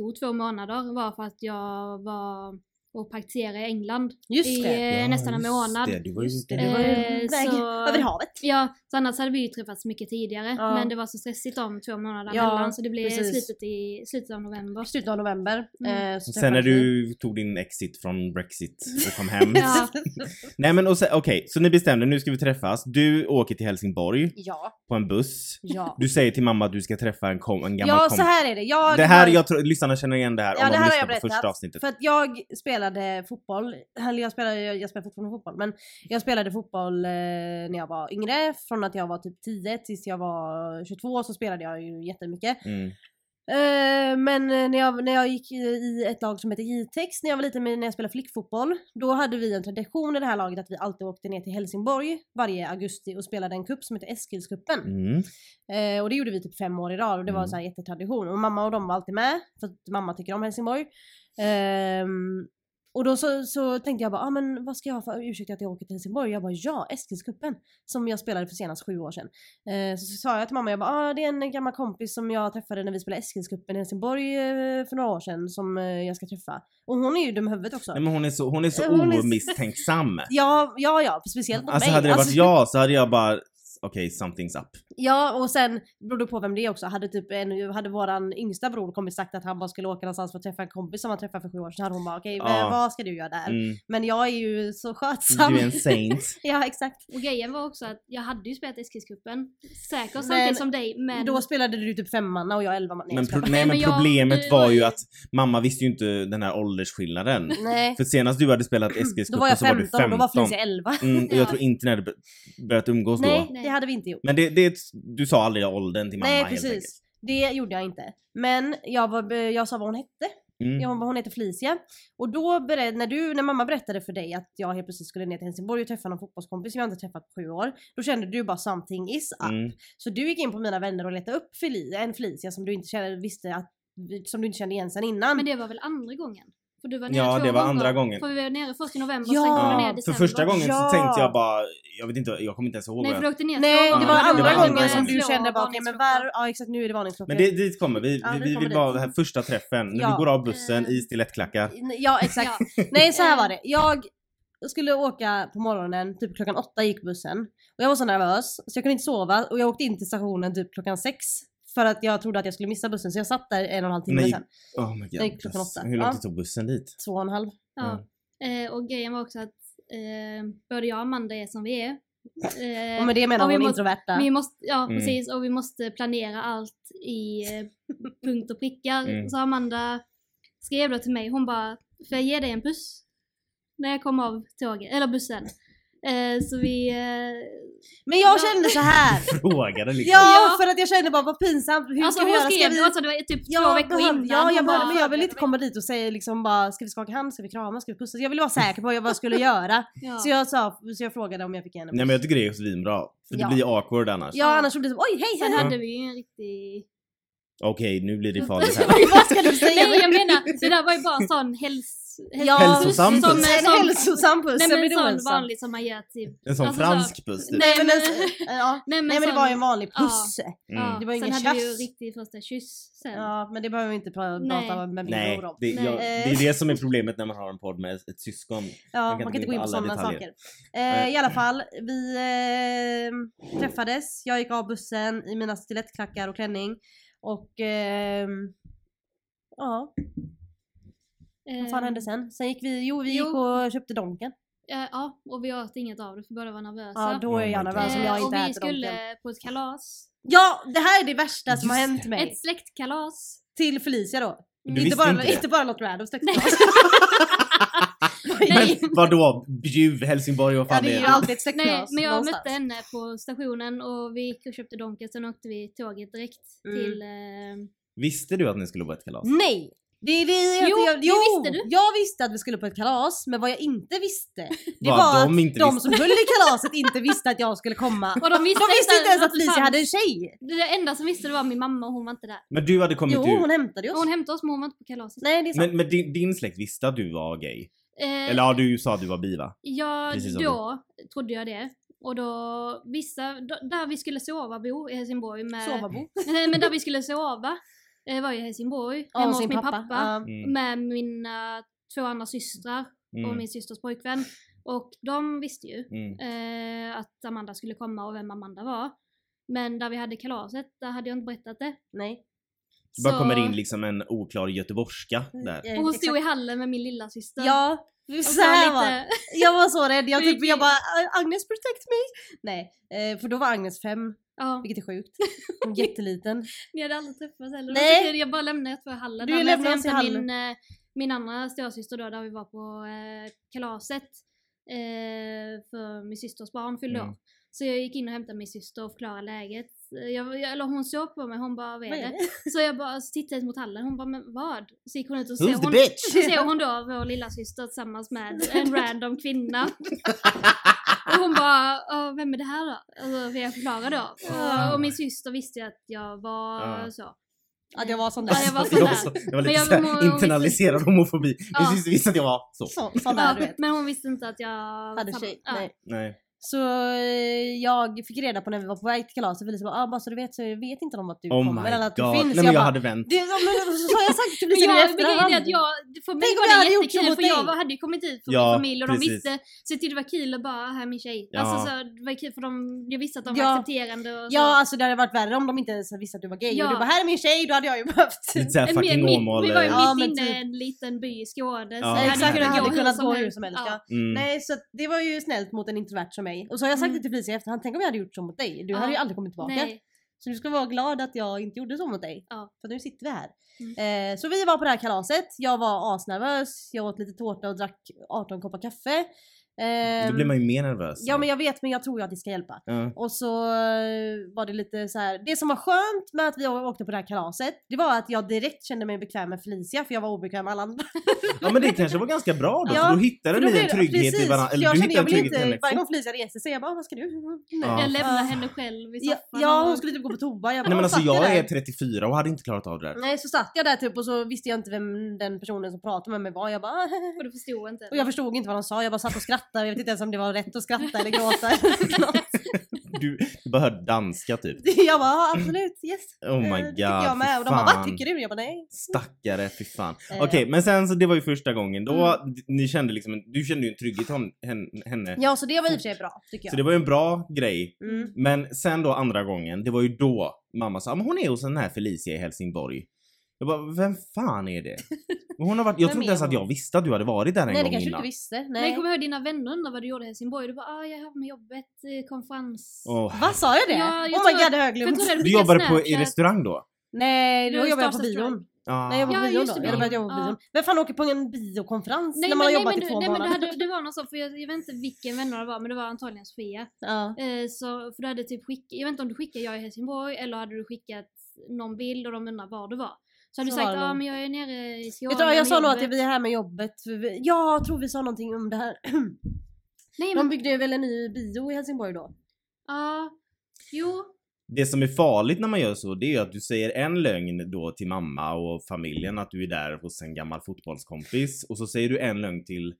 S3: tog två månader var för att jag var och praktiserade i England
S1: just
S3: i
S1: det.
S3: eh,
S2: Ja,
S3: nästan en
S2: just
S3: månad.
S2: Det. Du var ju
S1: Just
S2: ute.
S1: det, det var ju
S3: Eh,
S1: väg
S3: så-
S1: över havet.
S3: Ja, så annars hade vi ju träffats mycket tidigare.
S1: Ja.
S3: Men det var så stressigt om två månader
S1: Ja,
S3: mellan så det blev
S1: precis.
S3: slutet, i, slutet av november.
S1: Slutet av november.
S3: Mm.
S1: eh, så
S2: Och Sen när
S1: träffades vi.
S2: du tog din exit från Brexit och kom hem.
S3: Ja.
S2: Nej men och sen- okej, så ni bestämde nu ska vi träffas. Du åker till Helsingborg
S1: ja,
S2: på en buss.
S1: ja.
S2: Du säger till mamma att du ska träffa en, kom, en gammal
S1: Ja,
S2: kompis.
S1: så här är det. Jag,
S2: det här, jag tror lyssnarna känner igen det här
S1: Ja,
S2: om
S1: det
S2: de
S1: här har jag
S2: lyssnar på första
S1: berättat.
S2: avsnittet.
S1: För att jag spelade fotboll, eller jag spelar, jag jag spelar fortfarande fotboll, men jag spelade fotboll eh, när jag var yngre. Från att jag var typ 10 tills jag var 22 så spelade jag ju jättemycket.
S2: Mm.
S1: Eh, men eh, när jag, när jag gick i- i ett lag som heter J-Tex när jag var liten, men när jag spelade flickfotboll, då hade vi en tradition i det här laget att vi alltid åkte ner till Helsingborg varje augusti och spelade en cup som heter Eskilscupen.
S2: Mm.
S1: Eh, och det gjorde vi typ fem år i rad och det var
S2: Mm.
S1: en sån här jättetradition. Och mamma och de var alltid med, för att mamma tycker om Helsingborg. Ehm, och då så, så tänkte jag bara, ah, men vad ska jag ha för ursäkt att jag åker till Helsingborg? Jag bara, ja, Eskilscupen. Som jag spelade för senast sju år sedan. Eh, så, så sa jag till mamma, jag bara, ah, det är en gammal kompis som jag träffade när vi spelade Eskilscupen i Helsingborg eh, för några år sedan som eh, jag ska träffa. Och hon är ju dum i huvudet också.
S2: Nej, men hon är så, hon är så
S1: Hon är-
S2: omisstänksam.
S1: Ja, ja, ja, speciellt mot
S2: Alltså
S1: mig.
S2: hade det
S1: Alltså-
S2: varit jag så hade jag bara, okej something's up.
S1: Ja och sen beror det på vem det är också. Hade, typ en, hade våran yngsta bror kommit sagt att han bara skulle åka någonstans för att träffa en kompis som han träffade för sju år sedan. så hade hon bara okej men
S2: Ja.
S1: vad ska du göra där?
S2: Mm.
S1: Men jag är ju så skötsam.
S2: Du är en saint.
S1: Ja exakt.
S3: Och grejen var också att jag hade ju spelat Eskilscupen, säkert
S1: Men
S3: samtidigt som dig, men
S1: Då spelade du typ femmanna och jag elvamanna. Nej,
S2: Men,
S1: jag
S2: pro-
S1: skojar.
S2: nej, men
S3: men jag-
S2: problemet
S3: du
S2: var
S3: var
S2: ju
S3: ju-
S2: att mamma visste ju inte den här åldersskillnaden.
S1: nej.
S2: För senast du hade spelat
S1: Då var
S2: Eskilscupen
S1: jag
S2: så var du
S1: 15 och då var
S2: 15.
S1: Felicia 11.
S2: Mm, och jag
S3: Ja.
S2: tror inte ni hade bör- börjat umgås
S1: Nej
S2: då.
S1: det hade vi inte gjort.
S2: Men det, det, du sa aldrig åldern till mamma
S1: nej
S2: helt enkelt.
S1: precis. Det gjorde jag inte. Men jag, var, jag sa vad hon hette.
S2: Mm.
S1: Ja, hon, hon heter Felicia. Och då beredd, när, du, när mamma berättade för dig att jag helt plötsligt skulle ner till Helsingborg och träffa någon fotbollskompis som jag inte träffat på sju år. Då kände du bara something is up.
S2: Mm.
S1: Så du gick in på mina vänner och letade upp Felicia, en Felicia som du inte kände, visste att som du inte kände igen sen innan.
S3: Men det var väl andra gången? För du var nere
S2: Ja,
S3: två
S2: det var
S3: gånger.
S2: andra gången.
S3: För vi var nere först i november
S1: Ja.
S3: och sen kom
S2: Ja,
S3: vi ner i
S2: för
S3: december.
S2: första gången
S1: Ja.
S2: så tänkte jag bara, jag vet inte, jag kommer inte ens ihåg.
S3: Nej,
S2: vad
S3: för
S2: jag-
S3: du åkte ner
S1: Nej,
S3: två
S1: det
S2: Ja,
S1: var
S2: det
S1: andra
S2: var andra
S1: gången som
S2: gången.
S1: du kände bara okej men var, ja exakt nu är det
S2: Men
S1: varningsklockan.
S2: det, dit kommer vi.
S1: Ja,
S2: vi,
S1: vi
S2: vi
S1: kommer
S2: vill
S1: dit.
S2: bara, den här första träffen, när
S1: Ja.
S2: du går av bussen i stilettklackar.
S1: Ja exakt.
S3: Ja.
S1: Nej så
S3: Eh.
S1: här var det. Jag skulle åka på morgonen, typ klockan åtta gick bussen. Och jag var så nervös så jag kunde inte sova och jag åkte in till stationen typ klockan sex. För att jag trodde att jag skulle missa bussen så jag satt där en och en halv timme
S2: Nej.
S1: sen.
S2: Oh my god.
S1: Nej, klockan åtta.
S2: Hur lång
S1: Ja.
S2: tid tog bussen dit?
S1: Två och en halv.
S3: Ja. Eh, och grejen var också att eh, både jag och Amanda är som vi är. Eh,
S1: Och med det menar
S3: och vi
S1: hon
S3: måste-
S1: introverta.
S3: Vi måste, ja
S2: Mm.
S3: precis, och vi måste planera allt i eh, punkt och prickar.
S2: Mm.
S3: Så Amanda skrev då till mig, hon bara, får jag ge dig en puss? När jag kom av tåget, eller bussen. Eh, så vi, eh,
S1: Men jag
S3: Ja.
S1: kände så här.
S2: Frågade liksom.
S1: Ja
S3: Ja.
S1: för att jag kände bara vad pinsamt. Hur
S3: alltså
S1: ska vi
S3: hon
S1: göra? Ska
S3: skrev,
S1: vi...
S3: alltså det var typ
S1: Ja,
S3: två veckor
S1: behöv-
S3: innan.
S1: Ja, jag,
S3: Hon
S1: behöver,
S3: bara,
S1: men jag vill inte
S3: "Förbered
S1: komma dit och säga liksom bara ska vi skaka hand, ska vi krama, ska vi pussas? Jag ville vara säker på vad jag- vad jag skulle göra.
S3: mig." Ja.
S1: Så jag sa, så jag frågade om jag fick ge henne en
S2: Nej men jag tycker det är svinbra. För
S1: Ja.
S2: det blir awkward annars.
S1: Ja annars så blir det så, oj hej hej
S3: Sen
S1: hej.
S3: hade vi ju en riktig...
S2: Okej, nu blir det farligt här.
S1: Oj, vad ska du säga?
S3: Nej jag menar, det där var ju bara en sån häls... häls-
S1: Ja,
S2: Hälsosam
S3: som,
S2: puss.
S1: en
S3: som,
S1: hälsosam puss, sen
S3: Nej men
S1: blir
S3: en
S1: du
S3: sån
S1: ensam.
S3: vanlig som man gör typ.
S2: En sån
S3: Alltså,
S2: fransk puss typ.
S3: Nej,
S1: Nej men, en,
S3: men-
S1: ja.
S3: Nej men,
S1: Nej men det
S3: sån-
S1: var ju en vanlig
S3: Ja.
S1: puss.
S2: Mm.
S1: Det var
S3: sen
S1: ingen
S3: hade vi ju
S1: tjafs.
S3: riktig första kyss sen.
S1: Ja men det behöver vi inte pra-
S3: Nej.
S1: prata med min
S2: Nej,
S1: bror om.
S2: det,
S3: Nej.
S2: jag, det är det som är problemet när man har en podd med ett syskon.
S1: Ja,
S2: Man kan
S1: man
S2: inte
S1: kan inte gå in på sådana
S2: alla detaljer.
S1: saker. Eh, I alla fall, vi eh, träffades, jag gick av bussen i mina stilettklackar och klänning. Och ehm, ja, vad fan hände sen? Sen gick vi, jo vi
S3: Eh. Jo.
S1: gick och köpte Donken.
S3: Eh, ja, och vi åt inget av det för båda var nervösa.
S1: Ja, då är
S2: Oh
S1: jag
S2: my
S1: nervös om
S3: Eh,
S1: jag
S3: Alltså. och
S1: inte
S3: vi
S1: äter dem. sen.
S3: skulle på ett kalas.
S1: Ja, det här är det värsta som har
S2: Just
S1: hänt mig.
S3: Ett släktkalas.
S1: Till Felicia då.
S2: Du
S3: Mm.
S1: Inte
S2: visste
S1: bara,
S2: inte
S1: inte,
S2: det?
S1: bara något random ställe.
S3: Nej. Nej.
S2: Men vadå? Bjuv, Helsingborg, vad
S1: Ja,
S2: fan
S1: det är ju
S2: är det?
S1: alltid ett
S3: Nej,
S1: släktkalas
S3: men jag
S1: någonstans.
S3: mötte henne på stationen och vi gick och köpte Donken sen åkte vi tåget direkt
S1: Mm.
S3: till... Eh,
S2: Visste du att ni skulle på ett kalas?
S1: Nej! Det är det jag,
S3: Jo,
S1: jag,
S3: det visste du.
S1: jag visste att vi skulle på ett kalas, men vad jag inte visste, det
S2: Vad
S1: var
S2: de
S1: att
S2: inte
S1: de
S2: visste.
S1: som höll i kalaset inte visste att jag skulle komma.
S3: och de visste,
S1: De visste inte ens att
S3: det
S1: Felicia
S3: fanns.
S1: hade en tjej!
S3: Det enda som visste det var min mamma och hon var inte där.
S2: Men du hade kommit
S1: Jo,
S2: ut.
S1: hon hämtade ju
S3: Och Hon
S1: oss.
S3: hämtade oss men hon var inte på kalaset.
S1: Nej, det är sant.
S2: Men, men din, din släkt visste att du var gay?
S3: Eh,
S2: Eller ja, du sa att du var bi va?
S3: Ja,
S2: Precis som
S3: då trodde jag det. Och då, vissa, d- där vi skulle sova bo i Helsingborg med...
S1: Sovabo.
S3: Nej, men där vi skulle sova eh, var ju i Helsingborg,
S1: Ja,
S3: hemma
S1: och
S3: hos
S1: sin
S3: min
S1: pappa.
S3: pappa.
S1: Ja.
S2: Mm.
S3: Med mina två andra systrar och
S2: Mm.
S3: min systers pojkvän. Och de visste ju
S2: Mm.
S3: eh, att Amanda skulle komma och vem Amanda var. Men där vi hade kalaset, där hade jag inte berättat det.
S1: Nej.
S2: Det bara
S3: Så-
S2: kommer in liksom en oklar göteborgska där.
S1: Eh,
S3: Och hon
S1: exakt.
S3: stod i hallen med min lilla syster.
S1: Ja,
S3: och
S1: så
S3: sa
S1: här var det.
S3: lite,
S1: Jag var så rädd, jag,
S3: Du
S1: typ,
S3: gick
S1: jag
S3: in.
S1: bara Agnes protect me! Nej, eh, för då var Agnes fem,
S3: ja,
S1: vilket är sjukt. Hon är jätteliten.
S3: Ni hade aldrig träffats heller?
S1: Nej.
S3: Nej. Jag bara lämnade er två i hallen.
S1: Du
S3: där, men jag
S1: lämnade oss i
S3: hämtade
S1: hallen.
S3: Min, eh, min andra storasyster då, där vi var på eh, kalaset. Eh, för min systers barn fyllde
S2: Mm.
S3: år. Så jag gick in och hämtade min syster och förklarade läget. Eh, Jag, jag, eller hon såg på mig, hon bara vad är
S1: Vad är
S3: det? Så jag bara så tittade jag mot hallen, hon bara men vad? Så gick hon ut och så
S2: Who's the
S3: hon,
S2: bitch?
S3: så ser hon då vår lilla syster tillsammans med en random kvinna. Och hon bara, "Åh, vem är det här då? Alltså, för jag förklarar då. Och, och min syster visste ju att jag var
S2: Ja.
S3: så.
S1: Att jag var sån där.
S3: Ja, jag var sån
S2: Jag,
S3: där.
S2: också, jag var
S3: Men
S2: lite
S3: jag-
S2: såhär
S3: hon- hon
S2: internaliserad homofobi. Min
S3: Ja.
S2: syster visste att jag var så.
S1: Så, sån där du
S3: Ja,
S1: vet.
S3: men hon visste inte att jag
S1: Hade
S3: var
S1: tjej.
S3: samma-
S1: Nej.
S2: Nej.
S1: Så eh, jag fick reda på när vi var på väg till kalaset, Felicia bara ah, bara så du vet så vet inte de att du
S2: Oh my
S1: kommer eller att du
S2: god.
S1: finns.
S2: Nej men jag
S1: bara,
S2: hade vänt.
S1: det, ja, men, så har jag sagt till
S3: Men
S1: Felicia nu i
S3: jag, men grejen
S1: efterhand.
S3: är att jag, för mig
S1: Tänk om
S3: var
S1: jag
S3: det
S1: hade gjort så
S3: jättekul
S1: mot
S3: för jag
S1: dig.
S3: var- hade ju kommit hit från
S2: Ja,
S3: min familj och
S2: precis.
S3: de visste, så jag tyckte det var kul att bara, här är min tjej.
S2: Ja.
S3: Alltså så, det var kul för de, jag visste att de
S1: Ja.
S3: var accepterande och så.
S1: Ja alltså det hade varit värre om de inte ens visste att du var gay.
S3: Ja.
S1: Och du bara här är min tjej, då hade jag ju behövt.
S2: Lite såhär
S3: Men
S2: fucking
S3: mitt-
S2: Åmål.
S3: Vi var ju
S2: eh,
S1: Ja,
S3: mitt
S1: men
S3: inne
S1: typ.
S3: i en liten by i Skåne.
S2: Ja,
S3: så det
S1: Exakt, det
S2: kunnat
S1: hade
S2: gå
S1: kunnat gå hur som helst. Ja.
S2: Mm.
S1: Nej så att det var ju snällt mot en introvert som mig. Och så har jag sagt
S3: Mm.
S1: det till Felicia i efterhand, tänk om jag hade gjort så mot dig. Du
S3: Ja.
S1: hade ju aldrig kommit tillbaka.
S3: Nej.
S1: Så du ska vara glad att jag inte gjorde så mot dig.
S3: Ja. Mm.
S1: För nu sitter vi här. Eh, så vi var på det här kalaset, jag var asnervös, jag åt lite tårta och drack 18 koppar kaffe. Ehm,
S2: Då blir man ju mer nervös.
S1: Ja men jag vet men jag tror ju att det ska hjälpa.
S2: Ja.
S1: Och så eh, var det lite så här. det som var skönt med att vi å- åkte på det här kalaset, det var att jag direkt kände mig bekväm med Felicia för jag var obekväm med alla andra.
S2: Ja men det kanske var ganska bra då,
S1: Ja,
S2: för då hittade
S1: För då
S2: ni
S1: blev
S2: en
S1: det-
S2: trygghet i varandra.
S1: för
S2: Eller
S1: jag
S2: du
S1: kände jag
S2: hittade en
S1: vill
S2: trygghet i
S1: inte,
S2: henne.
S1: varje gång Felicia reser så är jag bara, vad ska du? Nej.
S2: Ja.
S3: Jag lämnar
S1: Ah.
S3: henne själv i
S1: Ja,
S3: soffan.
S1: ja
S3: och-
S1: hon skulle typ gå på toa. Jag bara,
S2: Nej men alltså
S1: satt jag
S2: jag
S1: där?
S2: är 34 och hade inte klarat av det där.
S1: Nej så satt jag där typ och så visste jag inte vem den personen som pratade med mig var. Jag bara "Ah."
S3: Och du förstod inte.
S1: Och jag förstod inte vad de sa, jag bara satt och skrattade. Jag vet inte ens om det var rätt att skratta eller gråta. eller något.
S2: Du, du bara hörde danska typ.
S1: jag bara "Ja, absolut, yes.
S2: Oh my
S1: Eh,
S2: god,
S1: det tycker jag med.
S2: fy
S1: Och de bara, vad
S2: fan.
S1: tycker du? Jag bara, nej.
S2: Stackare, fy fan.
S1: Eh,
S2: Okej, men sen så det var ju första gången. Då
S1: Mm.
S2: ni kände liksom, en- du kände ju en trygghet om hen- henne.
S1: Ja, så det var i och för sig bra, tycker jag.
S2: Så det var ju en bra grej.
S1: Mm.
S2: Men sen då andra gången, det var ju då mamma sa, "Ah, men hon är hos den här Felicia i Helsingborg. Jag bara, vem fan är det? Och Hon har varit, jag
S1: Vem
S2: tror inte
S1: är
S2: ens att
S1: hon?
S2: jag visste att du hade varit där en
S1: Nej, det
S2: gång
S1: kanske du
S2: innan.
S1: inte visste. Nej.
S3: Men jag kommer ihåg dina vänner undrade vad du gjorde i Helsingborg. Du bara ah, jag är här med jobbet, eh, konferens.
S2: Åh,
S1: Vad sa jag det?
S3: Ja, jag
S1: oh my
S3: tror-
S1: god, det har jag
S3: För jag
S1: glömt.
S3: tror jag hade
S2: Du
S3: skickat
S2: jobbade på, i
S3: Snapchat.
S2: restaurang då?
S1: Nej,
S3: Du
S1: då
S3: har
S1: jobbade jag på bion.
S3: startat
S2: Ah.
S1: Nej, jag
S3: Ja,
S1: jobbade på bion
S3: just
S1: då.
S3: det,
S1: Jag hade börjat
S3: bion.
S1: jobba på
S3: Ja.
S1: bion. Vem fan åker på en biokonferens
S3: Nej
S1: när
S3: men,
S1: man har
S3: nej,
S1: jobbat
S3: men,
S1: i
S3: du,
S1: två
S3: nej men du
S1: månader?
S3: hade, det var någon sån, för jag, jag vet inte vilken vänner det var, men det var antagligen Sofia.
S1: Ja.
S3: Eh, så, för du hade typ skickat, jag vet inte om du skickade jag i Helsingborg eller hade du skickat någon bild och de undrade var du var. Så hade
S1: Så
S3: du sagt
S1: var det
S3: ja ah,
S1: nog.
S3: men jag är nere i Skåne
S1: Vet du vad, jag
S3: med
S1: sa nog att
S3: jobbet."
S1: vi är här med jobbet. för vi- Ja, jag tror vi sa någonting om det här.
S3: Nej
S1: De
S3: men,
S1: byggde väl en ny bio i Helsingborg då?
S3: ja. Jo.
S2: Det som är farligt när man gör så, det är ju att du säger en lögn då till mamma och familjen att du är där hos en gammal fotbollskompis och så säger du en lögn till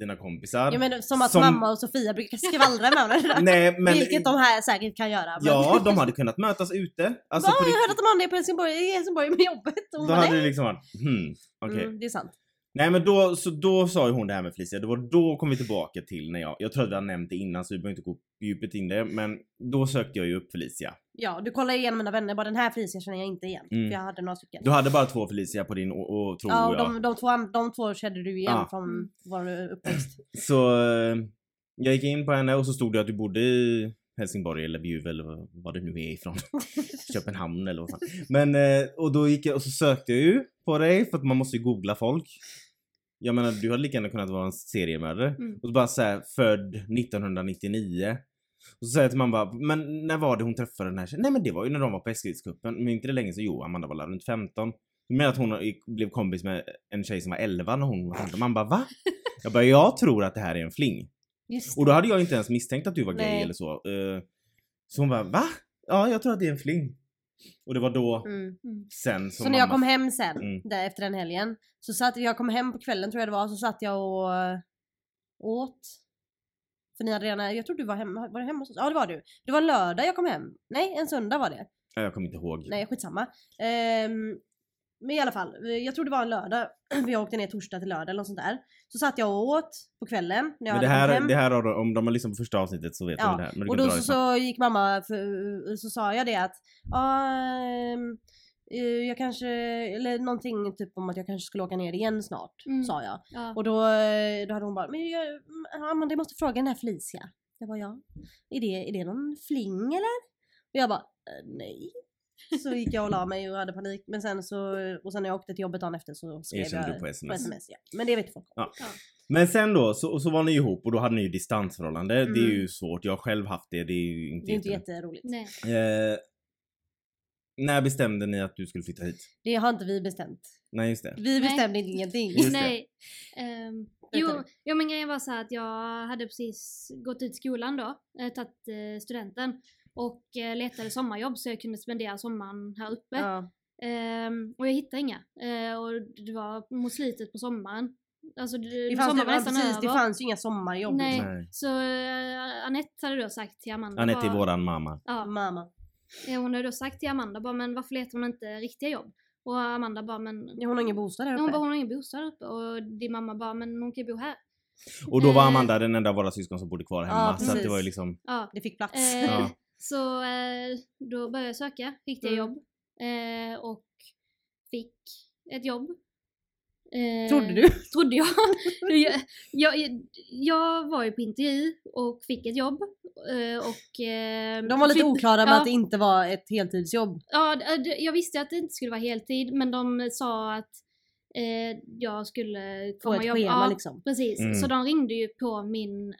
S2: dina kompisar.
S1: Jag menar, som att
S2: Som-
S1: mamma och Sofia brukar skvallra med varandra.
S2: Nej men...
S1: Vilket de här säkert kan göra. Men...
S2: Ja, de hade kunnat mötas ute. Alltså
S1: ja, jag
S2: på
S1: hörde
S2: riktigt.
S1: att de andra är på Helsingborg, i Helsingborg med jobbet. Och hon
S2: Då
S1: bara,
S2: hade
S1: nej.
S2: det liksom varit, hmm, okej.
S1: Mm, det är sant.
S2: Nej men då, så då sa ju hon det här med Felicia, det var då kom vi tillbaka till när jag, jag tror att vi har nämnt det innan så vi behöver inte gå djupet in det, men då sökte jag ju upp Felicia.
S1: Ja, du kollar igenom mina vänner, bara den här Felicia känner jag inte igen.
S2: Mm.
S1: För jag hade några stycken.
S2: Du hade bara två Felicia på din, och, och, tror
S1: ja, och
S2: jag.
S1: de, de, två, an- de två kände du igen
S2: Ja.
S3: Mm.
S1: från vår uppväxt.
S2: Så eh, jag gick in på henne och så stod det att du bodde i Helsingborg eller Bjuv eller vad- vad du nu är ifrån. Köpenhamn eller vad fan. Men eh, och då gick jag och så sökte jag ju på dig för att man måste ju googla folk. Jag menar du hade lika gärna kunnat vara en seriemördare.
S3: Mm.
S2: Och så bara såhär född 1999. Och så säger jag till mamma bara, men när var det hon träffade den här tjejen? Nej men det var ju när de var på Eskilscupen. Men inte det länge sedan. Jo Amanda var väl runt 15. Du menar att hon gick- blev kompis med en tjej som var 11 när hon var 15? Man bara va? Jag bara, jag tror att det här är en fling.
S1: Just
S2: Och då hade jag inte ens misstänkt att du var gay
S1: Nej.
S2: eller så. Eh, Så hon bara, va? Ja, jag tror att det är en fling. Och det var då,
S1: det. Mm.
S2: sen som
S1: Så när jag
S2: mamma-
S1: kom hem sen,
S2: Mm.
S1: där efter den helgen, så satt jag kom hem på kvällen tror jag det var, så satt jag och eh, åt. För ni hade redan, jag tror du var hemma, var du hemma hos oss? Ja det var du. Det var en lördag jag kom hem. Nej, en söndag var det.
S2: Ja, jag kommer inte ihåg.
S1: Nej, skitsamma. Ehm, men i alla fall, eh, jag tror det var en lördag, för jag åkte ner torsdag till lördag eller något sånt där. Så satt jag och åt på kvällen när jag
S2: Men det
S1: hade kommit
S2: här,
S1: hem.
S2: det här har, de- om de har lyssnat på första avsnittet så vet de det liksom. här. Men du kan
S1: och då
S2: dra det
S1: så,
S2: snabbt.
S1: så gick mamma, för, eh, så sa jag det att, ja, ehm, eh, jag kanske, eller någonting typ om att jag kanske skulle åka ner igen snart,
S3: Mm.
S1: sa jag.
S3: Ja.
S1: Och då, eh, då hade hon bara, men jag, ja, men det måste fråga den här Felicia. Jag bara, ja. Är det, är det någon fling eller? Och jag bara, eh, nej. Så gick jag och la mig och hade panik. Men sen så, och sen när jag åkte till jobbet dagen efter så skrev
S2: Erkände
S1: jag
S2: du på
S1: på
S2: sms.
S1: sms. Ja. Men det vet folk.
S2: Men sen då, så, så var ni ihop och då hade ni ju distansförhållande. Det är
S1: Mm.
S2: ju svårt, jag har själv haft det. Det är ju inte,
S1: Det är inte
S2: jättelätt.
S1: jätteroligt.
S3: Nej.
S2: Eh, När bestämde ni att du skulle flytta hit?
S1: Det har inte vi bestämt.
S2: Nej just det.
S1: Vi
S3: Nej.
S1: bestämde ingenting.
S2: Just det.
S3: Nej. Ehm, jo, jo, men grejen var så här att jag hade precis gått ut skolan då, eh, tagit eh, studenten och eh, letade sommarjobb så jag kunde spendera sommaren här uppe.
S1: Ja.
S3: Ehm, och jag hittade inga. Eh, och det var mot slutet på sommaren. Alltså, det,
S1: Det fanns,
S3: sommaren var
S1: ja,
S3: nästan
S1: precis,
S3: över.
S1: det fanns ju inga sommarjobb.
S3: Nej.
S1: liksom.
S2: Nej.
S3: Så eh, Anette hade då sagt till Amanda.
S2: Anette är
S3: bara-
S2: våran mamma.
S3: Ja,
S1: Mamma.
S3: Eh, Hon har då sagt till Amanda bara, men varför letar hon inte riktiga jobb? Och Amanda bara, men
S1: Ja, Hon har ingen bostad här uppe.
S3: hon, bara, hon har ingen bostad här uppe. Och din mamma bara, men hon kan ju bo här.
S2: Och då var
S3: Eh.
S2: Amanda den enda av våra syskon som bodde kvar hemma.
S1: Ja,
S2: så att det
S1: precis.
S2: var ju liksom...
S3: Ja.
S1: Det fick plats.
S3: Eh,
S2: Ja.
S3: Så eh, då började jag söka riktiga
S1: Mm.
S3: jobb. Eh, och fick ett jobb. Eh,
S1: Trodde du?
S3: Trodde jag. jag, jag. Jag var ju på intervju och fick ett jobb. Eh, och, eh,
S1: De var lite
S3: flytt-
S1: oklara med
S3: Ja.
S1: att det inte var ett heltidsjobb.
S3: Ja, d- eh, d- jag visste att det inte skulle vara heltid men de sa att eh, jag skulle
S1: På
S3: komma
S1: ett
S3: jobba.
S1: schema
S3: ja,
S1: liksom.
S3: precis.
S2: Mm.
S3: Så de ringde ju på min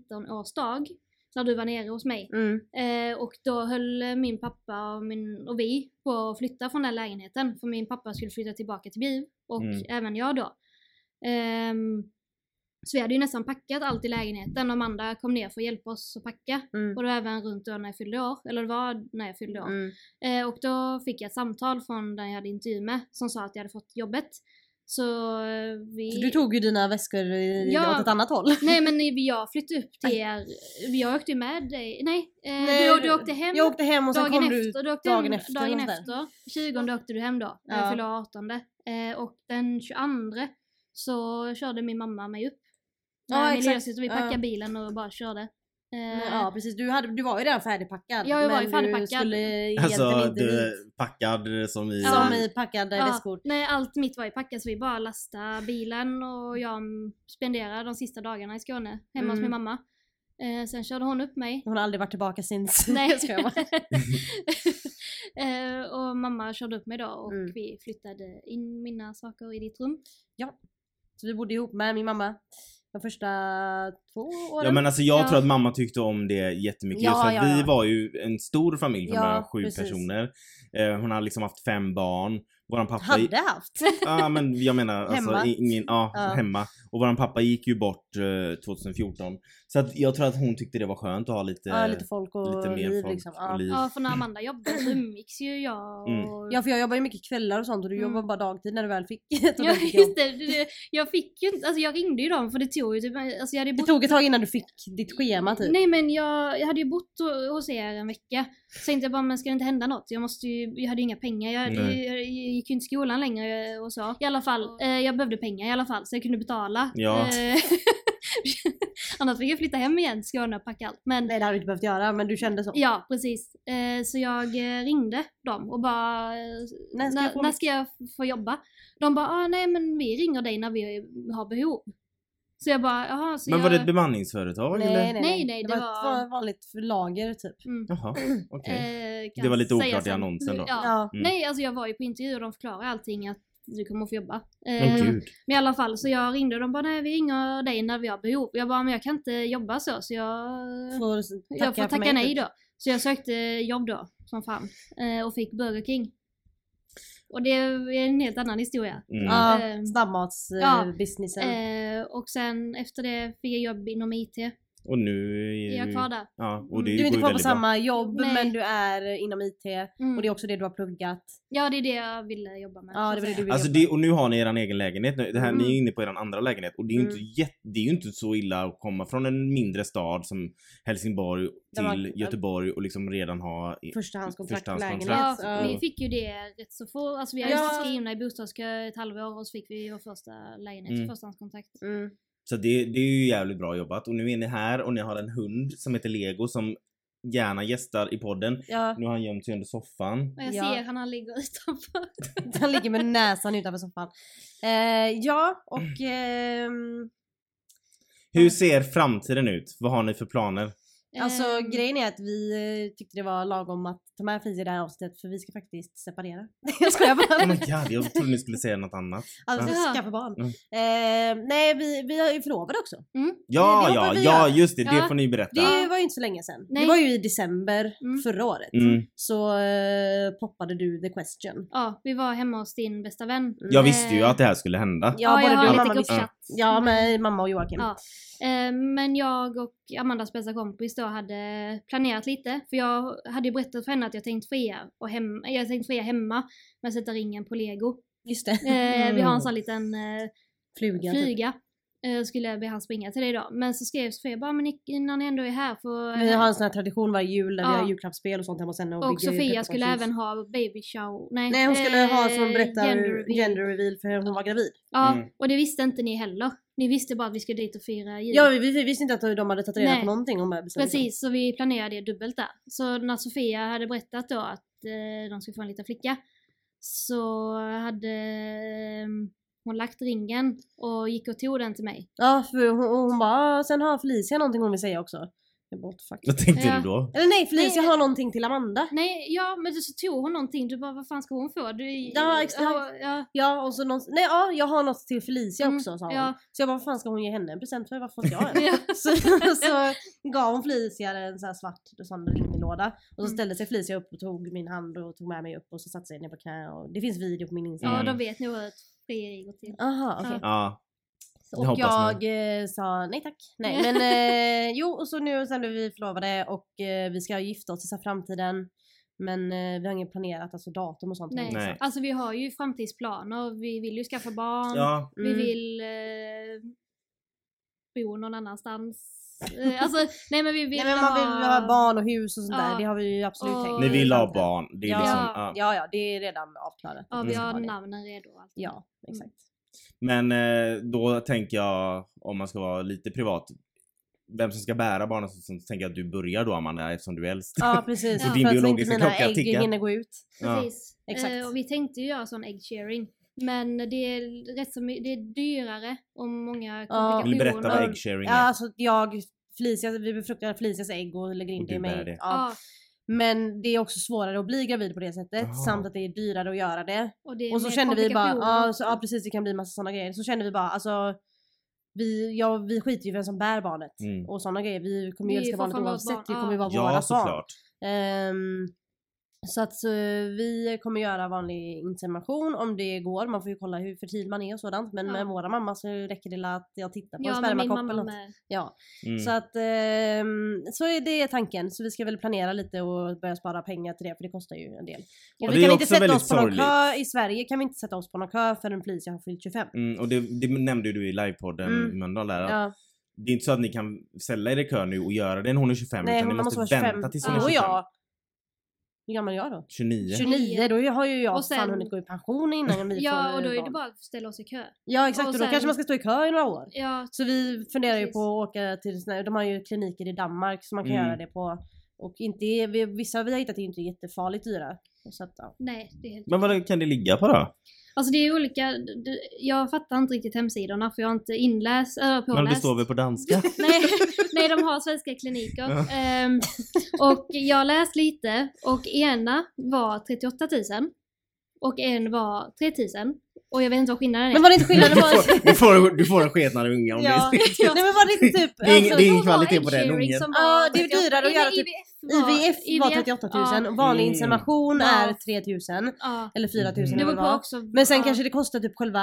S3: 19-årsdag när du var nere hos mig.
S1: Mm.
S3: Eh, och då höll min pappa och, min, och vi på att flytta från den lägenheten för min pappa skulle flytta tillbaka till Bjuv och
S2: Mm.
S3: även jag då. Ehm, så vi hade ju nästan packat allt i lägenheten och Amanda kom ner för att hjälpa oss att packa.
S1: Mm.
S3: Och då även runt då när jag fyllde år, eller det var när jag fyllde år.
S1: Mm.
S3: Eh, och då fick jag ett samtal från den jag hade intervju med som sa att jag hade fått jobbet. Så eh, vi...
S1: Så du tog ju dina väskor i,
S3: Ja.
S1: åt ett annat håll.
S3: Nej men eh, jag flyttade upp till er, jag åkte ju med dig, nej, eh,
S1: Nej,
S3: du, du åkte hem
S1: Jag åkte hem och sen
S3: dagen
S1: kom du
S3: efter,
S1: ut
S3: du åkte
S1: dagen
S3: hem,
S1: efter
S3: dagen
S1: eller något
S3: efter. 20 åkte du hem då, när
S1: Ja.
S3: jag fyllde 18. Eh, och den 22 så körde min mamma mig upp.
S1: Ja,
S3: Eh, min
S1: exakt.
S3: lillasyster, vi
S1: Ja. Mm,
S3: packade bilen och bara körde. Eh,
S1: Ja precis, du, hade, du var ju redan färdigpackad.
S3: Ja, jag var
S1: men
S3: ju färdigpackad.
S1: du skulle egentligen
S2: Alltså
S1: inte dit.
S2: du, packad som i...
S1: Som i packade
S3: Ja,
S1: väskor.
S3: Nej, allt mitt var ju packat så vi bara lastade bilen och jag mm, spenderade de sista dagarna i Skåne hemma hos
S1: Mm.
S3: min mamma. Eh, sen körde hon upp mig.
S1: Hon har aldrig varit tillbaka sen.
S3: Nej.
S1: jag skojar bara.
S3: eh, och mamma körde upp mig då och
S1: Mm.
S3: vi flyttade in mina saker i ditt rum.
S1: Så vi bodde ihop med min mamma de första två åren.
S2: Ja men alltså jag
S3: Ja.
S2: tror att mamma tyckte om det jättemycket.
S1: Ja,
S2: just för att
S1: ja,
S2: vi
S1: ja.
S2: var ju en stor familj från
S1: Ja,
S2: början, sju
S1: precis.
S2: personer. Eh, hon hade liksom haft fem barn. Våran pappa...
S1: Hade haft.
S2: Ja men jag menar alltså
S1: Hemma.
S2: i- ingen, ja,
S1: Ja.
S2: hemma. Och våran pappa gick ju bort eh, 2014. Så att jag tror att hon tyckte det var skönt att ha lite...
S1: Ja, lite folk och
S2: lite mer
S1: liv
S2: folk
S1: liksom.
S2: och
S1: Ja.
S2: liv.
S3: Ja, för när Amanda jobbade så umgicks ju jag och...
S2: Mm.
S1: ja för jag jobbar ju mycket kvällar och sånt och du
S3: Mm.
S1: jobbar bara dagtid när du väl fick ett
S3: Ja,
S1: ordentligt jobb.
S3: just det, det. Jag fick ju inte, alltså jag ringde ju dem för det tog ju typ, alltså jag hade ju
S1: Det
S3: bott
S1: tog ett tag innan du fick ditt schema typ.
S3: Nej men jag, jag hade ju bott ho- hos er en vecka. Så tänkte jag bara, men ska det inte hända något? Jag måste ju, jag hade ju inga pengar. Jag, hade,
S2: Nej.
S3: jag, jag gick ju inte i skolan längre och så. I alla fall, eh, jag behövde pengar i alla fall så jag kunde betala.
S2: Ja.
S3: Eh, Annars fick jag flytta hem igen till Skåne och packa allt. Men
S1: Nej det hade du inte behövt göra men du kände så.
S3: ja, precis. Eh, så jag eh, ringde dem och bara, eh,
S1: När ska jag få
S3: när
S1: mitt-
S3: ska jag f- få jobba? De bara, ah, nej men vi ringer dig när vi har behov. Så jag bara, jaha. Så
S2: Men
S3: jag...
S2: var det ett bemanningsföretag eller?
S1: nej,
S3: Nej, nej,
S1: det,
S3: det
S1: var ett
S3: var-
S1: van- vanligt för lager typ.
S3: Mm.
S2: Jaha, okej.
S3: Eh, kan
S2: Det var lite
S3: säga
S2: oklart i
S3: sen.
S2: annonsen då.
S3: Ja.
S1: Ja.
S2: Mm.
S3: Nej, alltså jag var ju på intervju och de förklarade allting att du kommer att få jobba.
S2: Men
S3: Eh,
S2: gud.
S3: men i alla fall, så jag ringde och de bara nej vi ringer dig när vi har behov. Jag bara men jag kan inte jobba så så jag,
S1: Får
S3: Mm. jag får
S1: för
S3: tacka
S1: mig,
S3: nej
S1: typ.
S3: då. Så jag sökte jobb då som fan eh, och fick Burger King. Och det är en helt annan historia.
S2: Mm.
S1: Ja,
S3: Eh, ja.
S1: snabbmatsbusinessen.
S3: Eh, och sen efter det fick jag jobb inom IT.
S2: Mm. Och nu är,
S3: Är jag kvar där?
S2: Ja, och det
S1: du är
S2: går
S1: inte
S2: ju
S1: kvar på
S2: väldigt bra.
S1: samma jobb
S3: Nej.
S1: men du är inom IT
S3: Mm.
S1: och det är också det du har pluggat.
S3: Ja det är det jag ville jobba med.
S1: Ja,
S3: så
S1: det var det
S3: att säga.
S1: du ville
S2: Alltså
S1: jobba
S2: det, och nu har ni er egen lägenhet nu. Det här, Ni
S3: Mm.
S2: är inne på er andra lägenhet och det är, ju
S1: Mm.
S2: inte jätte, det är ju inte så illa att komma från en mindre stad som Helsingborg
S1: Där
S2: till
S1: man-
S2: Göteborg och liksom redan ha... i-
S1: Förstahandskontrakt på
S2: Förstahandskontrakt.
S1: lägenhet.
S3: Ja,
S1: Ja.
S3: vi fick ju det rätt så fort. Alltså vi hade
S1: Ja.
S3: ja. skrivna i bostadskö ett halvår och så fick vi vår första lägenhet,
S2: Mm.
S3: förstahandskontakt.
S1: Mm.
S2: Så det, det är ju jävligt bra jobbat och nu är ni här och ni har en hund som heter Lego som gärna gästar i podden.
S1: Ja,
S2: Nu har han gömt sig under soffan.
S3: Och jag
S1: Ja.
S3: ser han, han ligger utanför.
S1: han ligger med näsan utanför soffan. Eh, ja, och
S3: Mm.
S1: ehm,
S2: Hur ser framtiden ut? Vad har ni för planer?
S1: alltså
S3: Ehm,
S1: grejen är att vi eh, tyckte det var lagom att ta med Felicia i det här avsnittet för vi ska faktiskt separera. jag skojar
S2: Oh my
S1: bara.
S2: god, jag trodde ni skulle säga något annat.
S1: Alltså
S3: Jaha.
S1: skaffa barn.
S2: Mm.
S1: Eh, nej, vi, vi är ju förlovade också.
S3: mm.
S2: Ja,
S1: det
S2: ja,
S1: hoppar vi
S2: ja,
S1: över.
S2: just det. Det
S3: Ja.
S2: får ni berätta.
S1: Det
S3: Ja.
S1: var ju inte så länge sedan. Det
S3: Nej.
S1: var ju i december
S3: Mm.
S1: förra året.
S2: Mm.
S1: Så eh, poppade du the question.
S3: Ja, vi var hemma hos din bästa vän.
S2: Jag visste ju
S3: Eh,
S2: att det här skulle hända.
S1: Ja, både
S3: jag
S1: du och
S3: har lite
S1: mamma visste.
S3: gruppchatt.
S1: Ja, med mamma och Joakim.
S3: Ja. Eh, Men jag och Amandas bästa kompis då hade planerat lite. För jag hade ju berättat för henne att jag tänkt fria, och hem, jag tänkt fria hemma med att sätta ringen på lego.
S1: Just det.
S3: Eh, Vi har
S2: Mm.
S3: en sån liten eh,
S1: Flugan. Typ.
S3: flyga. Eh, skulle jag be han springa till dig idag. Men så skrev Sofia bara, men ni- innan ni ändå är här får...
S1: Vi har en sån här tradition varje jul där vi
S3: Ja.
S1: har julklappsspel och sånt hemma hos henne.
S3: och
S1: bygger
S3: Sofia skulle
S1: pepparkakshus.
S3: även ha baby show. Nej,
S1: Nej hon skulle
S3: eh,
S1: ha som hon berättar
S3: gender
S1: gender,
S3: reveal.
S1: reveal för hon var gravid.
S3: Ja,
S2: Mm.
S3: och det visste inte ni heller. Ni visste bara att vi skulle dit och fira jul.
S1: Ja vi, vi visste inte att de hade tagit reda
S3: Nej.
S1: på någonting om bebisen.
S3: Precis, så vi planerade det dubbelt där. Så när Sofia hade berättat då att eh, de skulle få en liten flicka så hade eh, hon lagt ringen och gick och tog den till mig.
S1: Ja för hon, och hon bara "Ah, sen har Felicia någonting hon vill säga också. Jag bara, "What the fuck.
S2: Vad tänkte
S3: Ja.
S2: du då?
S1: Eller nej Felicia
S3: Nej.
S1: har någonting till Amanda.
S3: Nej, ja men så tog hon någonting. Du bara, vad fan ska hon få? Du,
S1: Ja, exakt.
S3: Ja, ja.
S1: Ja och så någon, nej ja jag har något till Felicia
S3: Mm,
S1: också sa hon.
S3: ja.
S1: Så jag bara vad fan ska hon ge henne en present för? Varför får inte jag en?
S3: Ja.
S1: så, så gav hon Felicia en sån här svart sån ringlåda och så
S3: Mm.
S1: ställde sig Felicia upp och tog min hand och tog med mig upp och så satte sig ner på knä och det finns video på min
S3: ja,
S1: Instagram.
S2: Mm.
S3: de vet nog hur ett frieri går till.
S1: Aha, okej.
S3: Ja.
S2: Ja. Det
S1: Och
S2: hoppas man.
S1: jag eh, sa nej tack. Nej men eh, jo och så nu sen är vi förlovade och eh, vi ska gifta oss i så här framtiden. Men eh, vi har inget planerat, alltså datum och sånt.
S3: Nej.
S2: Nej.
S3: Alltså vi har ju framtidsplaner. Vi vill ju skaffa barn.
S2: Ja.
S1: Mm.
S3: Vi vill eh, bo någon annanstans. Eh, alltså, nej men vi vill,
S1: Nej, men man vill ha barn och hus och sånt
S3: Ja.
S1: där, det har vi ju absolut
S3: Och-
S1: tänkt.
S2: Ni vill ha
S1: Framtiden.
S2: barn. Det är
S1: Ja.
S2: liksom,
S3: Ja.
S2: ja.
S1: Ja, ja, det är redan avklarat.
S3: Ja,
S1: att
S2: Mm.
S3: vi
S1: ska ha
S3: har
S1: det.
S3: namnen redo och allt.
S1: Ja, exakt.
S2: Men eh, då tänker jag, om man ska vara lite privat, vem som ska bära barnen så, så tänker jag att du börjar då Amanda eftersom du är äldst.
S1: Ja, precis.
S3: Ja.
S1: För
S2: Din
S1: att så inte
S2: biologiska
S1: mina
S2: klocka
S1: ägg
S2: tickar.
S1: hinner gå ut.
S2: Ja.
S3: Precis.
S1: Exakt.
S3: Eh, och vi tänkte ju göra sån egg sharing. Men det är rätt så my- det är dyrare och många
S1: Ja.
S2: Vill du berätta vad
S1: Ja.
S3: komplikationer.
S2: äggsharing
S1: Ja,
S2: är?
S1: alltså jag, Felicia, vi befruktar Felicias ägg och lägger in
S2: Och
S1: det i
S2: du bär
S1: mig.
S2: det.
S1: Ja. Men det är också svårare att bli gravid på det sättet
S2: Jaha.
S1: samt att det är dyrare att göra det.
S3: Och, det är
S1: Och så
S3: mer
S1: kände vi bara,
S3: komplikationer.
S1: ja, så, ja precis det kan bli massa sådana grejer. Så kände vi bara alltså vi, ja, vi skiter ju i vem som bär barnet
S2: Mm.
S1: och sådana grejer. Vi kommer
S3: Vi
S1: ju
S3: är
S1: älska barnet
S3: fortfarande vårt
S1: oavsett,
S3: barn,
S1: det kommer ju
S3: ja.
S1: vara
S2: Ja,
S1: våra barn.
S2: såklart.
S1: Ehm, så att eh, vi kommer göra vanlig insemination om det går. Man får ju kolla hur fertil man är och sådant. Men
S3: Ja.
S1: med våra mamma så räcker det att jag tittar på en
S3: Ja, men min
S1: spermakopp eller
S3: mamma
S1: något.
S3: med.
S1: Ja.
S2: Mm.
S1: Så att ehm, så är det tanken. Så vi ska väl planera lite och börja spara pengar till det för det kostar ju en del.
S2: Ja,
S1: Och
S2: det
S1: vi
S2: är
S1: kan inte
S2: också
S1: sätta
S2: väldigt
S1: oss på någon kö
S2: sorgligt.
S1: i Sverige kan vi inte sätta oss på någon kö förrän Felicia har fyllt 25.
S2: Mm, och det, det nämnde ju du i livepodden
S1: Mm.
S2: i Mölndal där. att
S1: Ja.
S2: Det är inte så att ni kan ställa er i kö nu och göra det när hon är 25
S1: Nej
S2: utan
S1: hon
S2: ni
S1: måste
S2: måste,
S1: vara 25.
S2: vänta tills hon
S1: Du
S2: är
S1: och
S2: 25.
S1: jag Hur gammal är jag då?
S2: 29.
S1: 29, då har ju jag
S3: Och sen-
S1: fan hunnit gå i pension innan vi får
S3: Ja, och då är
S1: barn.
S3: det bara att ställa oss i kö.
S1: Ja exakt, och,
S3: och
S1: då
S3: sen-
S1: kanske man ska stå i kö i några år.
S3: Ja,
S1: Så vi funderar ju
S3: Precis.
S1: på att åka till såna här, de har ju kliniker i Danmark som man kan
S2: Mm.
S1: göra det på. Och inte, vi- vissa vi har hittat är inte jättefarligt dyra. Så att, ja.
S3: nej, det är helt...
S2: Men vad kan det ligga på då?
S3: Alltså det är olika, d- d- jag fattar inte riktigt hemsidorna för jag har inte inläst, eller påläst.
S2: Men det står väl på danska?
S3: Nej, nej, de har svenska kliniker.
S2: Ja.
S3: Ehm, och jag läste lite och ena var 38 000 och en var 3 000. Och jag vet inte vad skillnaden är.
S1: Men var det inte
S2: Du
S1: skillnad? Det var,
S2: får, du får, du får en sketnad unge om
S1: ja.
S2: det.
S1: Nej men var det inte typ...
S2: Det är ingen-
S1: alltså,
S2: det är ingen
S3: Då var
S2: kvalitet
S3: Ed
S2: på den
S3: Sheeran
S2: ungen.
S3: som
S1: Ja,
S3: var
S1: det är
S3: 38
S1: dyrare att göra typ IVF var 38 000
S3: Ja,
S1: och vanlig
S2: Mm.
S1: insemination
S3: Ja.
S1: är 3 000
S3: ja.
S1: eller 4 000
S2: Det
S1: eller
S3: Det
S1: vad
S3: var
S1: det
S3: på
S1: var.
S3: också.
S1: Men sen
S3: ja.
S1: kanske det kostar typ själva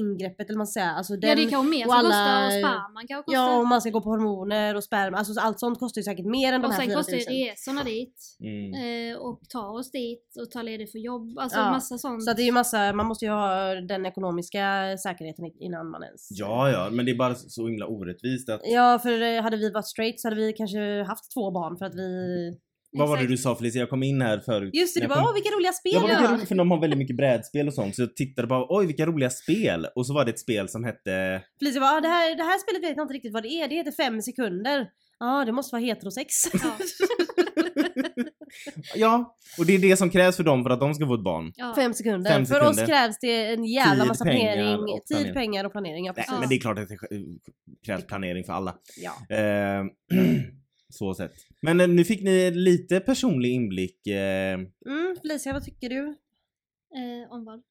S1: ingreppet eller vad man säger. Alltså den,
S3: ja, det kan ju mer
S1: och
S3: som
S1: alla-
S3: kostar och sperman kan ju kosta.
S1: Ja, och man ska gå på hormoner och sperma. Alltså så allt sånt kostar ju säkert mer än de
S3: och
S1: här
S3: sen
S1: 4 000.
S3: kostar ju resorna dit.
S2: Mm.
S3: eh, Och ta oss dit och ta ledigt för jobb. Alltså
S1: Ja,
S3: massa sånt.
S1: Så att det är ju massa, man måste ju ha den ekonomiska säkerheten innan man ens...
S2: Ja, ja, men det är bara så himla orättvist att...
S1: Ja, för eh, hade vi varit straight så hade vi kanske haft två barn för att vi...
S2: Vad var det
S3: Exakt.
S2: du sa Felicia? Jag kom in här förut.
S1: Just det,
S2: När
S1: det
S2: jag
S1: var
S2: kom-
S1: åh vilka roliga spel!
S2: Jag bara, vilka
S3: Ja.
S2: roliga- för de har väldigt mycket brädspel och sånt. Så jag tittade bara, oj vilka roliga spel! Och så var det ett spel som hette...
S1: Felicia bara, ah, det, här, det här spelet vet jag inte riktigt vad det är, det heter fem sekunder. Ja, ah, det måste vara heterosex.
S3: Ja,
S2: Ja, och det är det som krävs för dem för att de ska få ett barn.
S3: ja.
S1: Fem sekunder.
S2: Fem
S1: För
S2: sekunder.
S1: oss krävs det en jävla
S2: Tid,
S1: massa
S2: pengar
S1: planering,
S2: och
S1: tid,
S2: planering.
S1: pengar och planering. Ja,
S2: Nej,
S1: precis.
S2: men det är klart att det krävs planering för alla.
S1: ja.
S2: Eh, så sett. Men eh, nu fick ni lite personlig inblick. Eh,
S1: Mm, Felicia, vad tycker du?
S3: Eh, om vad?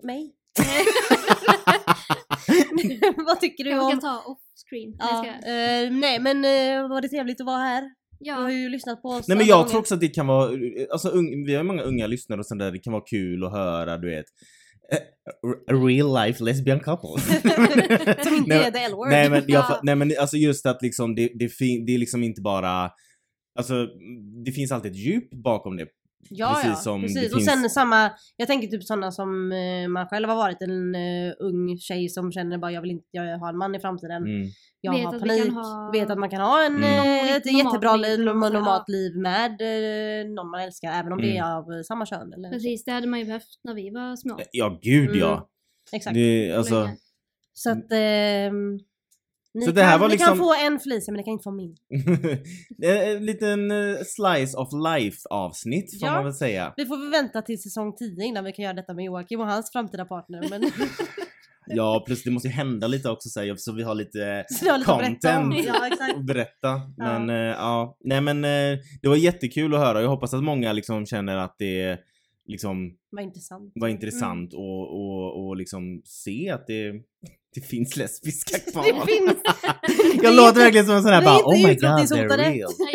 S1: Mig? vad tycker du
S3: Kanske vi
S1: om...
S3: kan ta off screen.
S1: Ja,
S3: Nej, ska jag.
S1: eh, nej men eh, var det trevligt att vara här? Du har
S3: Ja.
S1: ju lyssnat på oss
S2: Nej men
S1: alla
S2: jag
S1: gånger.
S2: tror också att det kan vara, alltså ung, vi har ju många unga lyssnare och sånt där, det kan vara kul att höra du vet. eh, r- Real life lesbian couples.
S1: Som inte
S2: Nej,
S1: är the L-word.
S2: Nej men, jag,
S3: Ja.
S2: nej men alltså just att liksom det, det, fin, det är liksom inte bara, alltså det finns alltid ett djup bakom det.
S1: ja,
S2: precis
S1: ja,
S2: som det
S1: precis. Och
S2: finns-
S1: sen samma, jag tänker typ sådana som eh, man själv har varit en eh, ung tjej som känner bara jag vill inte jag ha en man i framtiden.
S2: Mm.
S1: Jag
S3: Vet
S1: har
S3: att vi
S1: panik.
S3: kan ha-
S1: Vet att man kan ha en,
S2: Mm.
S1: eh, ett
S3: Normalt liv,
S1: jättebra
S3: normalt
S1: liv,
S3: liv,
S1: norm-
S3: ja.
S1: normalt liv med eh, någon man älskar även om det
S2: Mm.
S1: är av eh, samma kön. Eller?
S3: Precis, det hade man ju behövt när vi var små.
S2: Ja gud
S1: Mm,
S2: ja.
S1: Exakt.
S2: Det, alltså,
S3: Länge.
S1: Så att ehm, ni,
S2: Så det här
S1: kan,
S2: var
S1: ni
S2: liksom-
S1: kan få en Felicia men ni kan inte få min.
S2: Eh, en liten eh, slice of life avsnitt får
S1: Ja.
S2: man väl säga.
S1: Vi får väl vänta till säsong 10 innan vi kan göra detta med Joakim och hans framtida partner. Men
S2: Ja plus det måste ju hända lite också så, här, så vi har lite eh,
S1: så det har lite att berätta om.
S2: Content.
S1: Ja, exakt.
S2: och berätta. Men ja. ja, nej men eh, det var jättekul att höra. Jag hoppas att många liksom känner att det liksom
S1: Vad intressant.
S2: var intressant och, och, och liksom se att det, det finns lesbiska
S1: Det
S2: kvar.
S1: finns!
S2: jag låter verkligen som en sån här
S1: vi
S2: bara
S1: är inte
S2: oh my god
S1: utrotningshotade."
S2: they're real.
S3: Nej,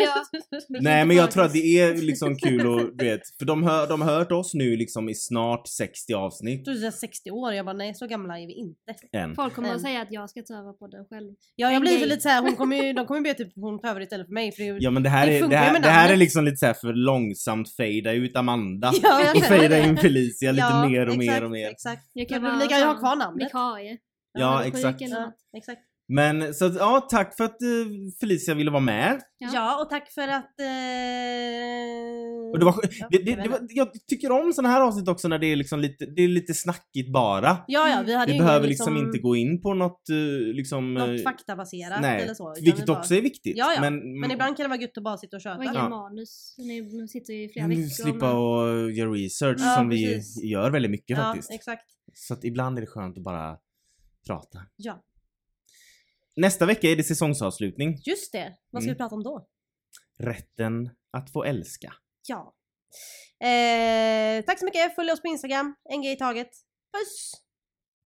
S3: jag,
S2: Nej men jag tror att det är liksom kul och du vet, för de har, de har hört oss nu liksom i snart 60
S1: Jag
S2: avsnitt
S1: trodde du var 60 år jag bara nej så gamla är vi inte.
S2: än.
S3: folk kommer att
S1: Mm.
S3: säga att jag ska ta över podden själv.
S1: Ja jag
S3: En
S1: blir
S3: gay.
S1: lite såhär, hon kommer ju, de kommer ju be typ hon tar över istället för mig för det är ju...
S2: Ja men det här,
S1: Det
S2: är, det
S1: funkar ju
S2: här,
S1: med
S2: det här är
S1: namnet.
S2: liksom lite så här för långsamt fejda ut Amanda.
S1: Ja, jag
S2: och
S1: känner
S2: fejda
S1: det.
S2: in Felicia lite
S1: Ja,
S2: mer och mer och
S1: exakt,
S2: mer.
S1: Exakt.
S3: Jag
S1: Men ni kan ju ha kvar namnet.
S3: Vikarie.
S2: Ja,
S3: Sjuk
S2: exakt.
S3: eller
S1: Ja,
S3: något.
S1: exakt.
S2: Men så att, ja, tack för att eh, Felicia ville vara med.
S3: Ja.
S1: Ja. och tack för att... Eh...
S2: Och det var, sk-
S1: Ja,
S2: det, det,
S1: jag vet
S2: det var,
S1: inte.
S2: jag tycker om såna här avsnitt också när det är, liksom lite, det är lite snackigt bara.
S1: Ja, ja, vi hade
S2: Vi
S1: ju ingen
S2: behöver liksom, inte gå in på något eh, liksom... eh,
S1: Något faktabaserat
S2: nej,
S1: eller så. utan vi
S2: vilket
S1: bara-
S2: också är viktigt.
S1: Ja, ja.
S2: Men, mm,
S1: Men ibland kan det vara gött att bara sitta och köta.
S3: Vad är
S2: Ja.
S3: manus? Ni ni sitter ju i flera
S2: Mm,
S3: veckor.
S2: slippa
S3: men-
S2: och göra research
S1: Ja,
S2: som
S1: precis.
S2: vi gör väldigt mycket
S1: ja,
S2: faktiskt.
S1: exakt.
S2: Så att ibland är det skönt att bara prata.
S1: Ja,
S2: Nästa vecka är det säsongsavslutning.
S1: just det. Vad ska
S2: Mm.
S1: vi prata om då?
S2: Rätten att få älska.
S1: Ja. Eh, tack så mycket. Följ oss på Instagram. En grej i taget. Puss!